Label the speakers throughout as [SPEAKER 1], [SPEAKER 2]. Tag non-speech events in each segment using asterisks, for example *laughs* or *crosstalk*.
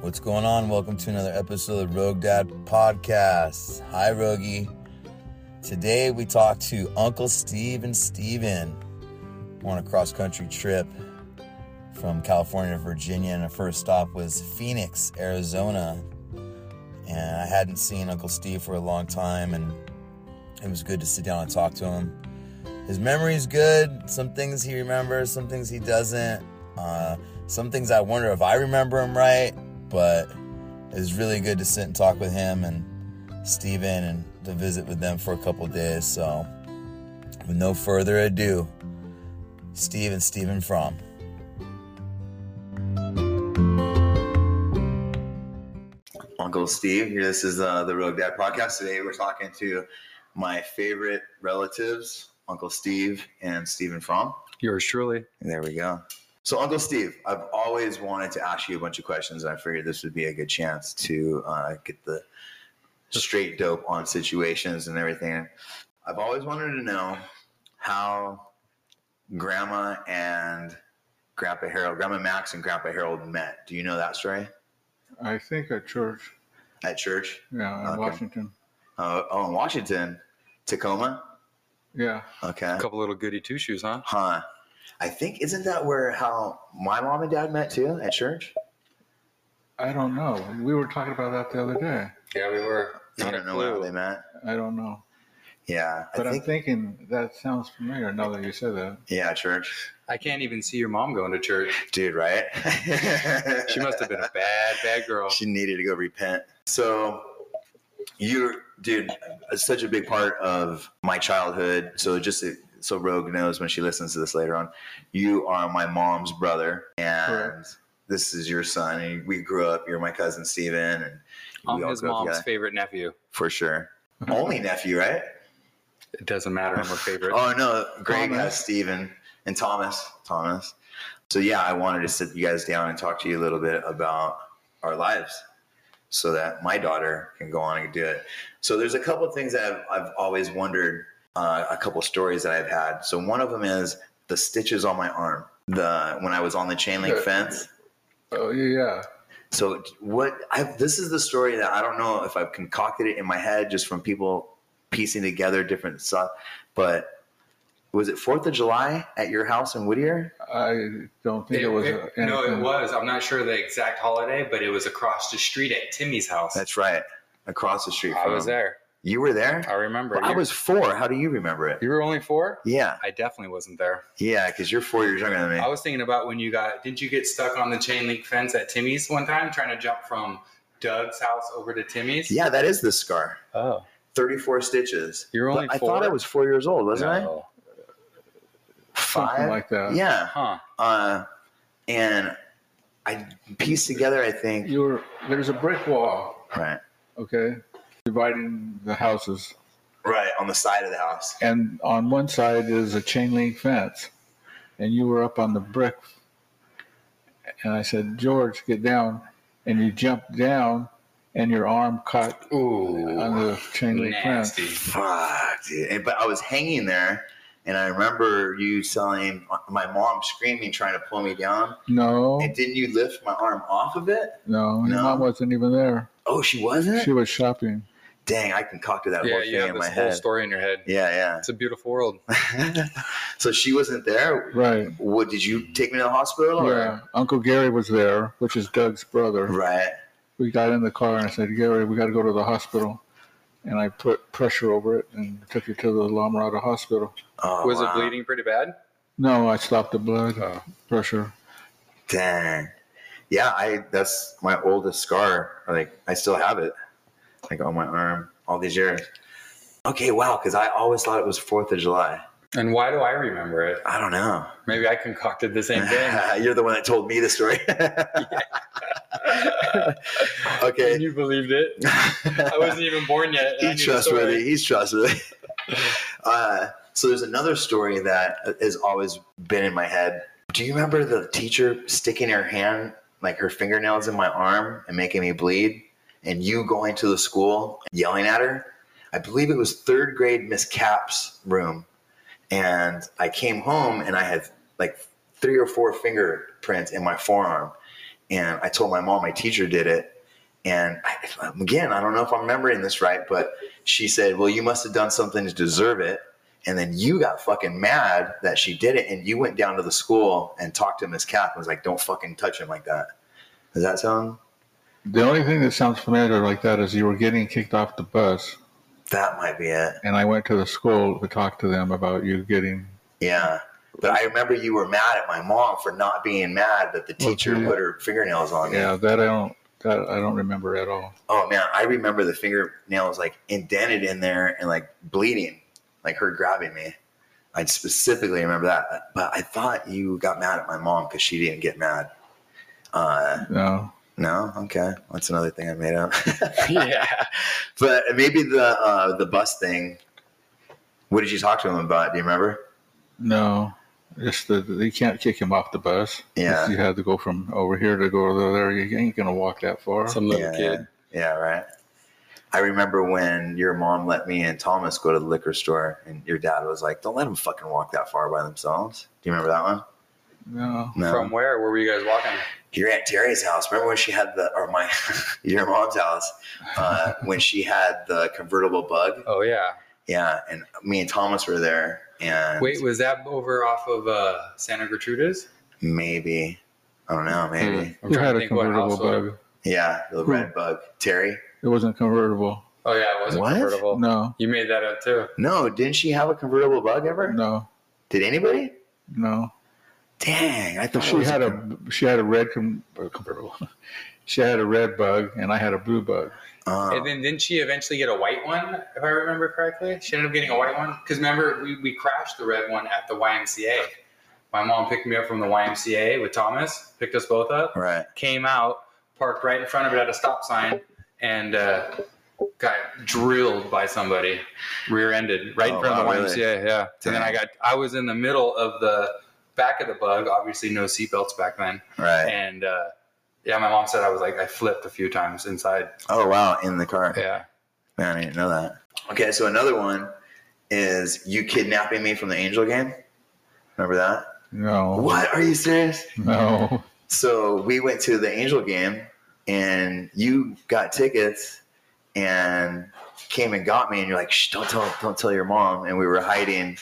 [SPEAKER 1] What's going on? Welcome to another episode of the Rogue Dad Podcast. Hi, Rogie. Today we talk to Uncle Steve and Steven. We're on a cross country trip from California to Virginia, and our first stop was Phoenix, Arizona. And I hadn't seen Uncle Steve for a long time, and it was good to sit down and talk to him. His memory's good. Some things he remembers, some things he doesn't. Uh, some things I wonder if I remember him right, but it was really good to sit and talk with him and Steven and to visit with them for a couple days. So, with no further ado, Steve and Steven Fromm. Uncle Steve, here. This is uh, the Rogue Dad podcast. Today we're talking to my favorite relatives, Uncle Steve and Stephen Fromm.
[SPEAKER 2] Yours truly.
[SPEAKER 1] There we go. So, Uncle Steve, I've always wanted to ask you a bunch of questions, and I figured this would be a good chance to uh, get the straight dope on situations and everything. I've always wanted to know how Grandma and Grandpa Harold, Grandma Max and Grandpa Harold met. Do you know that story
[SPEAKER 2] I think at church,
[SPEAKER 1] at church?
[SPEAKER 2] yeah, in
[SPEAKER 1] Okay.
[SPEAKER 2] Washington.
[SPEAKER 1] Uh, oh, in Washington, Tacoma.
[SPEAKER 2] Yeah,
[SPEAKER 1] Okay.
[SPEAKER 3] A couple little goody two shoes, huh?
[SPEAKER 1] Huh. I think isn't that where how my mom and dad met too at church?
[SPEAKER 2] I don't know. We were talking about that the other day.
[SPEAKER 3] Yeah, we were.
[SPEAKER 1] I don't know where they met.
[SPEAKER 2] I don't know,
[SPEAKER 1] Yeah,
[SPEAKER 2] but
[SPEAKER 1] I
[SPEAKER 2] I'm
[SPEAKER 1] think
[SPEAKER 2] thinking that sounds familiar now that you said that.
[SPEAKER 1] yeah, church,
[SPEAKER 3] I can't even see your mom going to church.
[SPEAKER 1] dude, right? *laughs*
[SPEAKER 3] She must have been a bad, bad girl.
[SPEAKER 1] She needed to go repent. So you're, dude, it's such a big part of my childhood. So just so Rogue knows when she listens to this later on, you are my mom's brother, and
[SPEAKER 2] Correct.
[SPEAKER 1] this is your son. And we grew up. You're my cousin Steven, and
[SPEAKER 3] I'm
[SPEAKER 1] we all
[SPEAKER 3] his
[SPEAKER 1] grew up
[SPEAKER 3] mom's
[SPEAKER 1] together.
[SPEAKER 3] favorite nephew.
[SPEAKER 1] for sure.
[SPEAKER 2] Mm-hmm.
[SPEAKER 1] Only nephew, right?
[SPEAKER 3] It doesn't matter. I'm her favorite.
[SPEAKER 1] *laughs* Oh no, Greg
[SPEAKER 2] Thomas.
[SPEAKER 1] has Steven and Thomas. Thomas. So yeah, I wanted to sit you guys down and talk to you a little bit about our lives so that my daughter can go on and do it. So there's a couple of things that I've, I've always wondered, uh, a couple stories that I've had. So one of them is the stitches on my arm. The when I was on the chain link
[SPEAKER 2] Yeah.
[SPEAKER 1] fence.
[SPEAKER 2] Oh yeah,
[SPEAKER 1] So what I this is the story that I don't know if I've concocted it in my head just from people piecing together different stuff, but was it Fourth of July at your house in Whittier?
[SPEAKER 2] I don't think it, was. anything.
[SPEAKER 3] no, it was. I'm not sure the exact holiday, but it was across the street at Timmy's house.
[SPEAKER 1] That's right, across the street.
[SPEAKER 3] I
[SPEAKER 1] from-
[SPEAKER 3] was there.
[SPEAKER 1] You were there.
[SPEAKER 3] I remember.
[SPEAKER 1] Well, I
[SPEAKER 3] You-
[SPEAKER 1] was four. How do you remember it?
[SPEAKER 3] You were only four.
[SPEAKER 1] Yeah,
[SPEAKER 3] I definitely wasn't there.
[SPEAKER 1] yeah, because you're four years younger than me.
[SPEAKER 3] I was thinking about when you got. Didn't you get stuck on the chain link fence at Timmy's one time, trying to jump from Doug's house over to Timmy's?
[SPEAKER 1] yeah, that is the scar.
[SPEAKER 3] Oh,
[SPEAKER 1] Thirty-four stitches.
[SPEAKER 3] you were only
[SPEAKER 1] But I
[SPEAKER 3] four.
[SPEAKER 1] thought I was four years old, wasn't
[SPEAKER 3] No.
[SPEAKER 1] I?
[SPEAKER 2] something
[SPEAKER 1] Five.
[SPEAKER 2] like that.
[SPEAKER 1] yeah,
[SPEAKER 3] Huh.
[SPEAKER 1] uh, and I pieced together. I think
[SPEAKER 2] You were there's a brick wall,
[SPEAKER 1] right.
[SPEAKER 2] okay, dividing the houses,
[SPEAKER 1] Right, on the side of the house.
[SPEAKER 2] and on one side is a chain link fence, and you were up on the brick, and I said, George, get down, and you jumped down, and your arm caught on
[SPEAKER 3] Ooh.
[SPEAKER 2] the chain link fence.
[SPEAKER 3] Nasty.
[SPEAKER 1] Fuck, dude. And, but I was hanging there, and I remember you telling my mom screaming, trying to pull me down.
[SPEAKER 3] Oh.
[SPEAKER 2] No,
[SPEAKER 1] And didn't you lift my arm off of it?
[SPEAKER 2] no, your
[SPEAKER 1] No.
[SPEAKER 2] mom wasn't even there.
[SPEAKER 1] Oh, she wasn't?
[SPEAKER 2] She was shopping.
[SPEAKER 1] Dang, I concocted that
[SPEAKER 3] Yeah,
[SPEAKER 1] whole thing
[SPEAKER 3] you have
[SPEAKER 1] in
[SPEAKER 3] this
[SPEAKER 1] my
[SPEAKER 3] whole
[SPEAKER 1] head.
[SPEAKER 3] story in your head.
[SPEAKER 1] Yeah,
[SPEAKER 3] It's a beautiful world.
[SPEAKER 1] yeah. *laughs* so she wasn't there.
[SPEAKER 2] Right.
[SPEAKER 1] What did you take me to the hospital? Or?
[SPEAKER 2] Yeah. Uncle Gary was there, which is Doug's brother.
[SPEAKER 1] Right.
[SPEAKER 2] We got in the car and I said, Gary, we got to go to the hospital. And I put pressure over it and took it to the La Mirada Hospital.
[SPEAKER 1] Oh,
[SPEAKER 3] was
[SPEAKER 1] wow.
[SPEAKER 3] it bleeding pretty bad?
[SPEAKER 2] No, I stopped the blood
[SPEAKER 3] Oh.
[SPEAKER 2] pressure.
[SPEAKER 1] Dang. Yeah, I that's my oldest scar. Like I still have it. Like on my arm all these years. Okay, wow, because I always thought it was Fourth of July.
[SPEAKER 3] And why do I remember it?
[SPEAKER 1] I don't know.
[SPEAKER 3] Maybe I concocted the
[SPEAKER 1] *laughs*
[SPEAKER 3] same thing.
[SPEAKER 1] You're the one that told me the story. *laughs*
[SPEAKER 3] and
[SPEAKER 1] okay.
[SPEAKER 3] you believed it. I wasn't even born yet. and I
[SPEAKER 1] He's
[SPEAKER 3] knew the story.
[SPEAKER 1] trustworthy. He's trustworthy. Uh, so there's another story that has always been in my head. Do you remember the teacher sticking her hand, like her fingernails, in my arm and making me bleed? And you going to the school and yelling at her? I believe it was third grade Miss Cap's room. And I came home and I had like three or four fingerprints in my forearm.
[SPEAKER 4] And I told my mom my teacher did it. And I, again, I don't know if I'm remembering this right, but she said, Well, you must have done something to deserve it. And then you got fucking mad that she did it. And you went down to the school and talked to Miss Kath and was like, Don't fucking touch him like that. Does that sound?
[SPEAKER 2] The only thing that sounds familiar like that is you were getting kicked off the bus,
[SPEAKER 4] That might be it.
[SPEAKER 2] and I went to the school to talk to them about you getting.
[SPEAKER 4] Yeah. But I remember you were mad at my mom for not being mad that the
[SPEAKER 2] Well,
[SPEAKER 4] teacher
[SPEAKER 2] yeah.
[SPEAKER 4] put her fingernails on me.
[SPEAKER 2] Yeah, that I don't. That I don't remember at all.
[SPEAKER 4] Oh man, I remember the fingernails like indented in there and like bleeding, like her grabbing me. I specifically remember that. But I thought you got mad at my mom because she didn't get mad. Uh,
[SPEAKER 2] No.
[SPEAKER 4] no, okay, that's another thing I made up. *laughs*
[SPEAKER 3] *laughs*
[SPEAKER 1] *laughs*
[SPEAKER 3] yeah.
[SPEAKER 4] but maybe the uh, the bus thing. What did you talk to him about? Do you remember?
[SPEAKER 2] No, just that you can't kick him off the bus.
[SPEAKER 4] Yeah.
[SPEAKER 3] *laughs*
[SPEAKER 2] you had to go from over here to go over there. You ain't gonna walk that far.
[SPEAKER 3] Some little
[SPEAKER 4] Yeah.
[SPEAKER 3] kid.
[SPEAKER 4] Yeah, right. I remember when your mom let me and Thomas go to the liquor store, and your dad was like, "Don't let them fucking walk that far by themselves." Do you remember that one?
[SPEAKER 2] no,
[SPEAKER 4] No.
[SPEAKER 3] From where? Where were you guys walking?
[SPEAKER 4] your aunt Terry's house. Remember when she had the or my *laughs* your mom's house uh, when she had the convertible bug?
[SPEAKER 3] Oh yeah.
[SPEAKER 4] Yeah, and me and Thomas were there, and
[SPEAKER 3] Wait, was that over off of uh, Santa Gertrudis?
[SPEAKER 4] maybe I don't know, maybe
[SPEAKER 3] I'm
[SPEAKER 2] you
[SPEAKER 3] trying
[SPEAKER 2] had
[SPEAKER 3] to
[SPEAKER 2] a
[SPEAKER 3] think what
[SPEAKER 2] convertible
[SPEAKER 3] house.
[SPEAKER 2] bug.
[SPEAKER 4] yeah, the
[SPEAKER 2] Who?
[SPEAKER 4] red bug Terry.
[SPEAKER 2] It wasn't convertible.
[SPEAKER 3] Oh yeah, it wasn't
[SPEAKER 4] What?
[SPEAKER 3] convertible.
[SPEAKER 2] No,
[SPEAKER 3] You made that up too.
[SPEAKER 4] No, didn't she have a convertible bug ever?
[SPEAKER 2] no,
[SPEAKER 4] Did anybody? Oh,
[SPEAKER 2] no.
[SPEAKER 4] Dang, I thought it
[SPEAKER 2] She
[SPEAKER 4] was
[SPEAKER 2] had a she had a red con, uh, convertible. *laughs* She had a red bug, and I had a blue bug.
[SPEAKER 4] Oh,
[SPEAKER 3] And then didn't she eventually get a white one, if I remember correctly? She ended up getting a white one because remember we, we crashed the red one at the YMCA. My mom picked me up from the YMCA with Thomas, picked us both up,
[SPEAKER 4] right.
[SPEAKER 3] came out, parked right in front of it at a stop sign, and uh, got drilled by somebody, rear-ended, right
[SPEAKER 4] Oh,
[SPEAKER 3] in front
[SPEAKER 4] wow, really?
[SPEAKER 3] of the YMCA. Yeah. And then
[SPEAKER 4] Dang.
[SPEAKER 3] I got, I was in the middle of the back of the bug. Obviously, no seatbelts back then.
[SPEAKER 4] Right.
[SPEAKER 3] And uh, yeah, my mom said I was like, I flipped a few times inside.
[SPEAKER 4] Oh wow, in the car.
[SPEAKER 3] Yeah.
[SPEAKER 4] Man, I didn't know that. Okay, so another one is you kidnapping me from the Angel game. Remember that?
[SPEAKER 2] No,
[SPEAKER 4] What? Are you serious?
[SPEAKER 2] no.
[SPEAKER 4] So we went to the Angel game, and you got tickets, and came and got me, and you're like, Shh, "Don't tell, don't tell your mom." And we were hiding,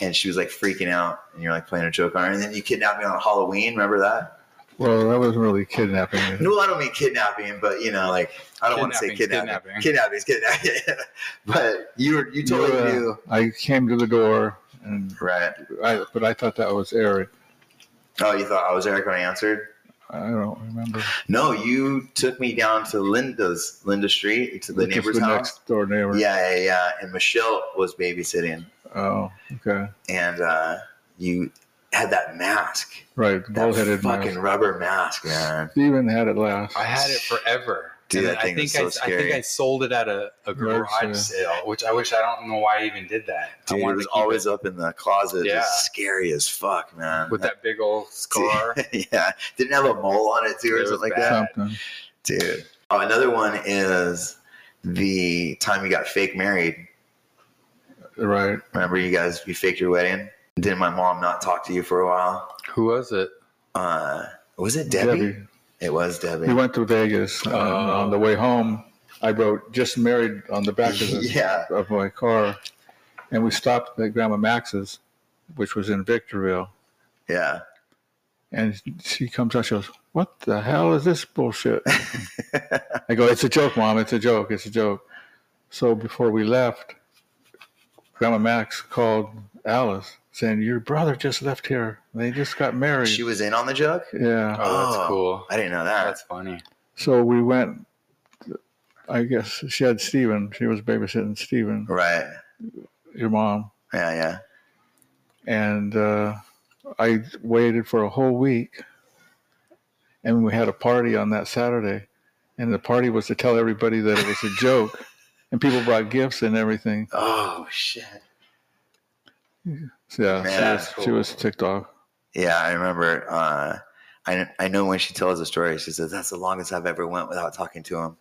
[SPEAKER 4] and she was like freaking out, and you're like playing a joke on her. And then you kidnapped me on Halloween. Remember that?
[SPEAKER 2] Well, that wasn't really kidnapping.
[SPEAKER 4] No, I don't mean kidnapping, but you know, like I don't want to say
[SPEAKER 3] Kidnapping,
[SPEAKER 4] kidnapping. Kidnapping is kidnapping. *laughs* but you were you totally
[SPEAKER 2] Yeah.
[SPEAKER 4] knew,
[SPEAKER 2] uh, I came to the door, and
[SPEAKER 4] right?
[SPEAKER 2] I but I thought that was Eric.
[SPEAKER 4] Oh, you thought I was Eric when I answered?
[SPEAKER 2] I don't remember.
[SPEAKER 4] No, you took me down to Linda's Linda Street to the
[SPEAKER 2] Just
[SPEAKER 4] neighbor's
[SPEAKER 2] the
[SPEAKER 4] house.
[SPEAKER 2] next door neighbor.
[SPEAKER 4] Yeah, yeah, yeah. And Michelle was babysitting,
[SPEAKER 2] Oh, okay.
[SPEAKER 4] and uh, you had that mask,
[SPEAKER 2] Right,
[SPEAKER 4] that
[SPEAKER 2] bullheaded
[SPEAKER 4] fucking
[SPEAKER 2] mask.
[SPEAKER 4] rubber mask, man.
[SPEAKER 2] Steven had it last.
[SPEAKER 3] I had it forever.
[SPEAKER 4] Dude,
[SPEAKER 3] And
[SPEAKER 4] that thing
[SPEAKER 3] I think
[SPEAKER 4] was so
[SPEAKER 3] I, I
[SPEAKER 4] scary.
[SPEAKER 3] think I sold it at a, a
[SPEAKER 2] Garage
[SPEAKER 3] garage
[SPEAKER 2] sale.
[SPEAKER 3] sale, which I wish I don't know why I even did that.
[SPEAKER 4] Dude,
[SPEAKER 3] I
[SPEAKER 4] it
[SPEAKER 3] wanted
[SPEAKER 4] was
[SPEAKER 3] to keep
[SPEAKER 4] always up in the closet,
[SPEAKER 3] Yeah.
[SPEAKER 4] just scary as fuck, man.
[SPEAKER 3] it with that big old scar.
[SPEAKER 4] *laughs* yeah, didn't have a mole on it too,
[SPEAKER 3] It
[SPEAKER 4] or
[SPEAKER 3] was
[SPEAKER 4] something like
[SPEAKER 3] bad.
[SPEAKER 4] that,
[SPEAKER 2] Something.
[SPEAKER 4] dude. Oh, another one is the time you got fake married.
[SPEAKER 2] Right.
[SPEAKER 4] Remember, you guys, you faked your wedding. Didn't my mom not talk to you for a while?
[SPEAKER 3] Who was it?
[SPEAKER 4] uh was it Debbie? It was Debbie.
[SPEAKER 2] He went to Vegas. and
[SPEAKER 3] Oh.
[SPEAKER 2] on the way home, I wrote "just married" on the
[SPEAKER 4] *laughs*
[SPEAKER 2] back of, the,
[SPEAKER 4] yeah.
[SPEAKER 2] of my car, and we stopped at Grandma Max's, which was in Victorville.
[SPEAKER 4] Yeah.
[SPEAKER 2] And she comes out, she goes, "What the hell is this bullshit?" I go, "It's a joke, mom. It's a joke. It's a joke." So before we left, Grandma Max called Alice saying, "Your brother just left here. They just got married."
[SPEAKER 4] She was in on the joke?
[SPEAKER 2] yeah.
[SPEAKER 3] Oh,
[SPEAKER 4] Oh.
[SPEAKER 3] that's cool.
[SPEAKER 4] I didn't know that.
[SPEAKER 3] That's funny.
[SPEAKER 2] So we went. I guess she had Steven. She was babysitting Steven,
[SPEAKER 4] Right.
[SPEAKER 2] your mom.
[SPEAKER 4] Yeah, yeah.
[SPEAKER 2] And uh, I waited for a whole week. And we had a party on that Saturday. And the party was to tell everybody that it was a joke. And people brought gifts and everything.
[SPEAKER 4] Oh shit.
[SPEAKER 2] So, yeah, she,
[SPEAKER 4] Man,
[SPEAKER 2] was,
[SPEAKER 3] that's
[SPEAKER 2] she was
[SPEAKER 3] cool.
[SPEAKER 2] ticked off.
[SPEAKER 4] Yeah, I remember uh I I know when she tells the story, she says, That's the longest I've ever went without talking to him.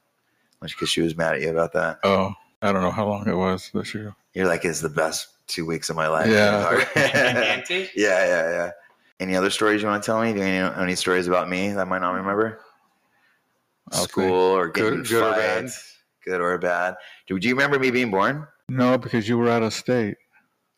[SPEAKER 4] Which because she was mad at you about that.
[SPEAKER 2] Oh, I don't know how long it was this year.
[SPEAKER 3] *laughs*
[SPEAKER 4] You're like, it's the best two weeks of my life.
[SPEAKER 2] Yeah.
[SPEAKER 4] *laughs*
[SPEAKER 2] *laughs*
[SPEAKER 4] yeah, yeah,
[SPEAKER 3] Auntie?
[SPEAKER 4] yeah. Any other stories you want to tell me? Do you any, any stories about me that I might not remember?
[SPEAKER 2] Okay.
[SPEAKER 4] School or getting
[SPEAKER 2] Good- good or bad?
[SPEAKER 4] fights, good or bad? Do, do you remember me being born?
[SPEAKER 2] No, because you were out of state.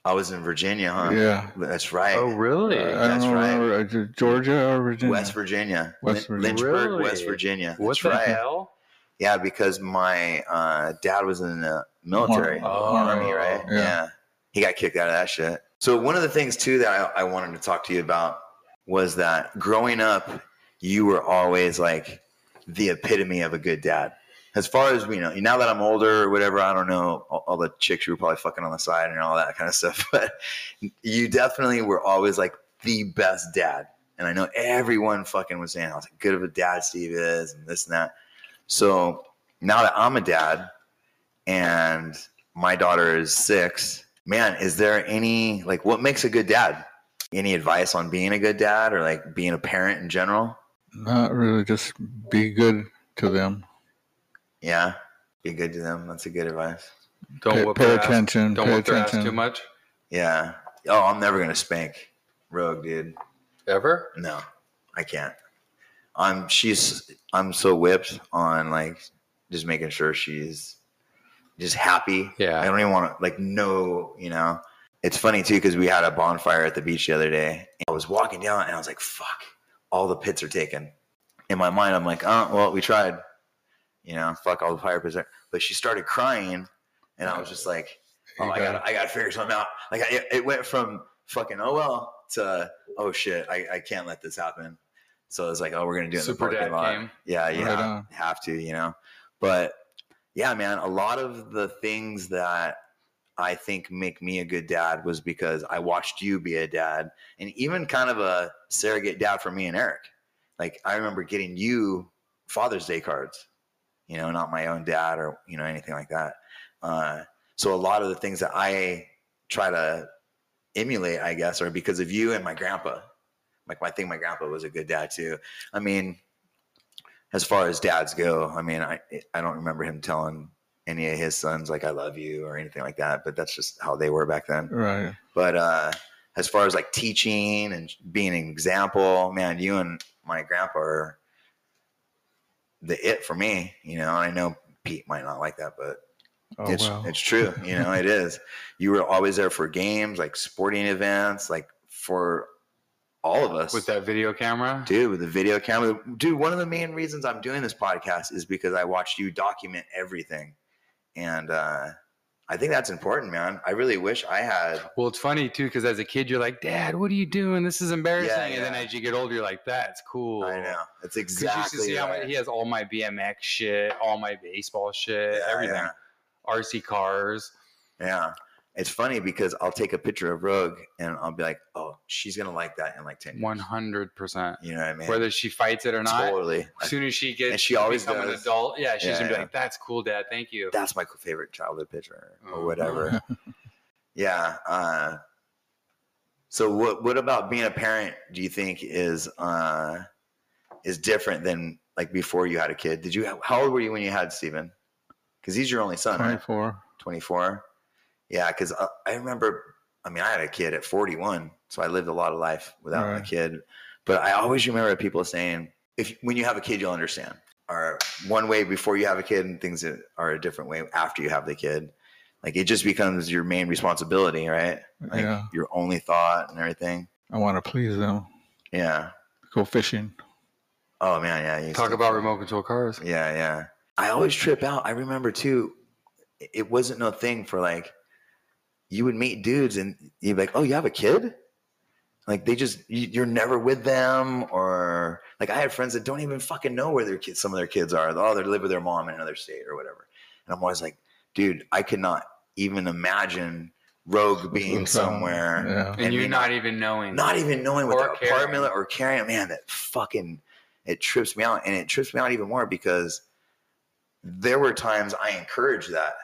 [SPEAKER 4] I was in Virginia, huh?
[SPEAKER 2] Yeah.
[SPEAKER 4] That's right.
[SPEAKER 3] Oh, really?
[SPEAKER 4] Uh,
[SPEAKER 2] I don't
[SPEAKER 4] That's
[SPEAKER 2] know,
[SPEAKER 4] right.
[SPEAKER 2] remember, uh, Ge- Georgia or Virginia?
[SPEAKER 4] West Virginia,
[SPEAKER 2] West
[SPEAKER 4] Lyn-
[SPEAKER 2] Virginia.
[SPEAKER 4] Lynchburg,
[SPEAKER 3] Really?
[SPEAKER 4] West Virginia.
[SPEAKER 3] what
[SPEAKER 4] That's
[SPEAKER 3] the
[SPEAKER 4] right.
[SPEAKER 3] hell?
[SPEAKER 4] Yeah, because my uh, dad was in the military,
[SPEAKER 3] Oh.
[SPEAKER 4] army, right?
[SPEAKER 2] Yeah.
[SPEAKER 4] he got kicked out of that shit. So one of the things too that I, I wanted to talk to you about was that growing up, you were always like the epitome of a good dad. As far as we know, now that I'm older or whatever, I don't know all, all the chicks you were probably fucking on the side and all that kind of stuff, *laughs* but you definitely were always like the best dad. And I know everyone fucking was saying how good of a dad Steve is and this and that. So now that I'm a dad and my daughter is six, man, is there any, like, what makes a good dad? Any advice on being a good dad or like being a parent in general?
[SPEAKER 2] Not really. Just be good to them.
[SPEAKER 4] Yeah. Be good to them. That's a good advice.
[SPEAKER 3] Don't
[SPEAKER 2] pay
[SPEAKER 3] whoop
[SPEAKER 2] pay
[SPEAKER 3] their ass.
[SPEAKER 2] attention.
[SPEAKER 3] Don't
[SPEAKER 2] pay
[SPEAKER 3] whoop their ass
[SPEAKER 2] attention.
[SPEAKER 3] too much.
[SPEAKER 4] Yeah. Oh, I'm never going to spank Rogue, dude.
[SPEAKER 3] Ever?
[SPEAKER 4] No, I can't. I'm, she's, I'm so whipped on like just making sure she's just happy.
[SPEAKER 3] Yeah.
[SPEAKER 4] I don't even want to, like, no, you know. It's funny too, because we had a bonfire at the beach the other day. I was walking down and I was like, fuck, all the pits are taken. In my mind, I'm like, oh, well, we tried. You know, fuck all the fire pits. Are. But she started crying and I was just like, oh,
[SPEAKER 2] You
[SPEAKER 4] I
[SPEAKER 2] got
[SPEAKER 4] got I got to figure something out. Like, I, it went from fucking, oh, well, to, oh, shit, I, I can't let this happen. So I was like, oh, we're going to do it
[SPEAKER 3] Super
[SPEAKER 4] in the
[SPEAKER 3] dad
[SPEAKER 4] parking
[SPEAKER 3] came.
[SPEAKER 4] lot. Yeah, you
[SPEAKER 2] Right
[SPEAKER 4] have,
[SPEAKER 2] on.
[SPEAKER 4] have to, you know. But yeah, man, a lot of the things that I think make me a good dad was because I watched you be a dad and even kind of a surrogate dad for me and Eric. Like I remember getting you Father's Day cards, you know, not my own dad or, you know, anything like that. Uh, so a lot of the things that I try to emulate, I guess, are because of you and my grandpa. Like I think my grandpa was a good dad too. I mean, as far as dads go, I mean, I I don't remember him telling any of his sons like "I love you" or anything like that. But that's just how they were back then.
[SPEAKER 2] Right.
[SPEAKER 4] But uh, as far as like teaching and being an example, man, you and my grandpa are the it for me. You know, I know Pete might not like that, but
[SPEAKER 2] Oh,
[SPEAKER 4] it's
[SPEAKER 2] wow.
[SPEAKER 4] it's true. You know, it is. You were always there for games, like sporting events, like for all of us
[SPEAKER 3] With that video camera?
[SPEAKER 4] dude with the video camera dude one of the main reasons i'm doing this podcast is because i watched you document everything and uh i think that's important man i really wish i had
[SPEAKER 3] Well, it's funny too because as a kid you're like, "Dad, what are you doing? This is embarrassing."
[SPEAKER 4] Yeah,
[SPEAKER 3] And then
[SPEAKER 4] yeah.
[SPEAKER 3] as you get older, you're like, "That's cool."
[SPEAKER 4] i know
[SPEAKER 3] 'Cause
[SPEAKER 4] it's
[SPEAKER 3] you used to
[SPEAKER 4] exactly
[SPEAKER 3] see how
[SPEAKER 4] right.
[SPEAKER 3] many- he has all my BMX shit, all my baseball shit,
[SPEAKER 4] Yeah,
[SPEAKER 3] everything,
[SPEAKER 4] yeah.
[SPEAKER 3] RC cars.
[SPEAKER 4] Yeah. It's funny because I'll take a picture of Rogue and I'll be like, oh, she's going to like that in like 10 years.
[SPEAKER 3] One hundred percent.
[SPEAKER 4] You know what I mean?
[SPEAKER 3] Whether she fights it or not,
[SPEAKER 4] totally.
[SPEAKER 3] as soon as she gets,
[SPEAKER 4] And she
[SPEAKER 3] to
[SPEAKER 4] always
[SPEAKER 3] become an
[SPEAKER 4] does.
[SPEAKER 3] adult. Yeah, she's
[SPEAKER 4] Yeah,
[SPEAKER 3] gonna be
[SPEAKER 4] yeah.
[SPEAKER 3] like, "That's cool, Dad. Thank you."
[SPEAKER 4] that's my favorite childhood picture or
[SPEAKER 3] Oh.
[SPEAKER 4] whatever. yeah. Uh, so what what about being a parent do you think is uh, is different than like before you had a kid? Did you how old were you when you had Steven? Because he's your only son, right?
[SPEAKER 2] 24.
[SPEAKER 4] 24 yeah because I, I remember i mean i had a kid at 41 so i lived a lot of life without a
[SPEAKER 2] Right.
[SPEAKER 4] kid but i always remember people saying if when you have a kid you'll understand or one way before you have a kid and things that are a different way after you have the kid like it just becomes your main responsibility right like
[SPEAKER 2] yeah.
[SPEAKER 4] your only thought and everything
[SPEAKER 2] I want to please them.
[SPEAKER 4] yeah
[SPEAKER 2] Go fishing.
[SPEAKER 4] oh man yeah you
[SPEAKER 3] Talk
[SPEAKER 4] still-
[SPEAKER 3] about remote control cars.
[SPEAKER 4] Yeah, yeah. I always trip out. I remember too, it- it wasn't no thing for like you would meet dudes and you'd be like, Oh, you have a kid? Like they just you- you're never with them, or like I have friends that don't even fucking know where their kids some of their kids are. Oh, they live with their mom in another state or whatever. And I'm always like, dude, I could not even imagine Rogue being somewhere
[SPEAKER 2] Yeah.
[SPEAKER 3] And,
[SPEAKER 4] And
[SPEAKER 3] you're
[SPEAKER 4] me
[SPEAKER 3] not, even knowing.
[SPEAKER 4] not even knowing what
[SPEAKER 3] Or
[SPEAKER 4] their
[SPEAKER 3] caring.
[SPEAKER 4] apartment or carrying. Man, that fucking it trips me out, and it trips me out even more because there were times I encouraged that.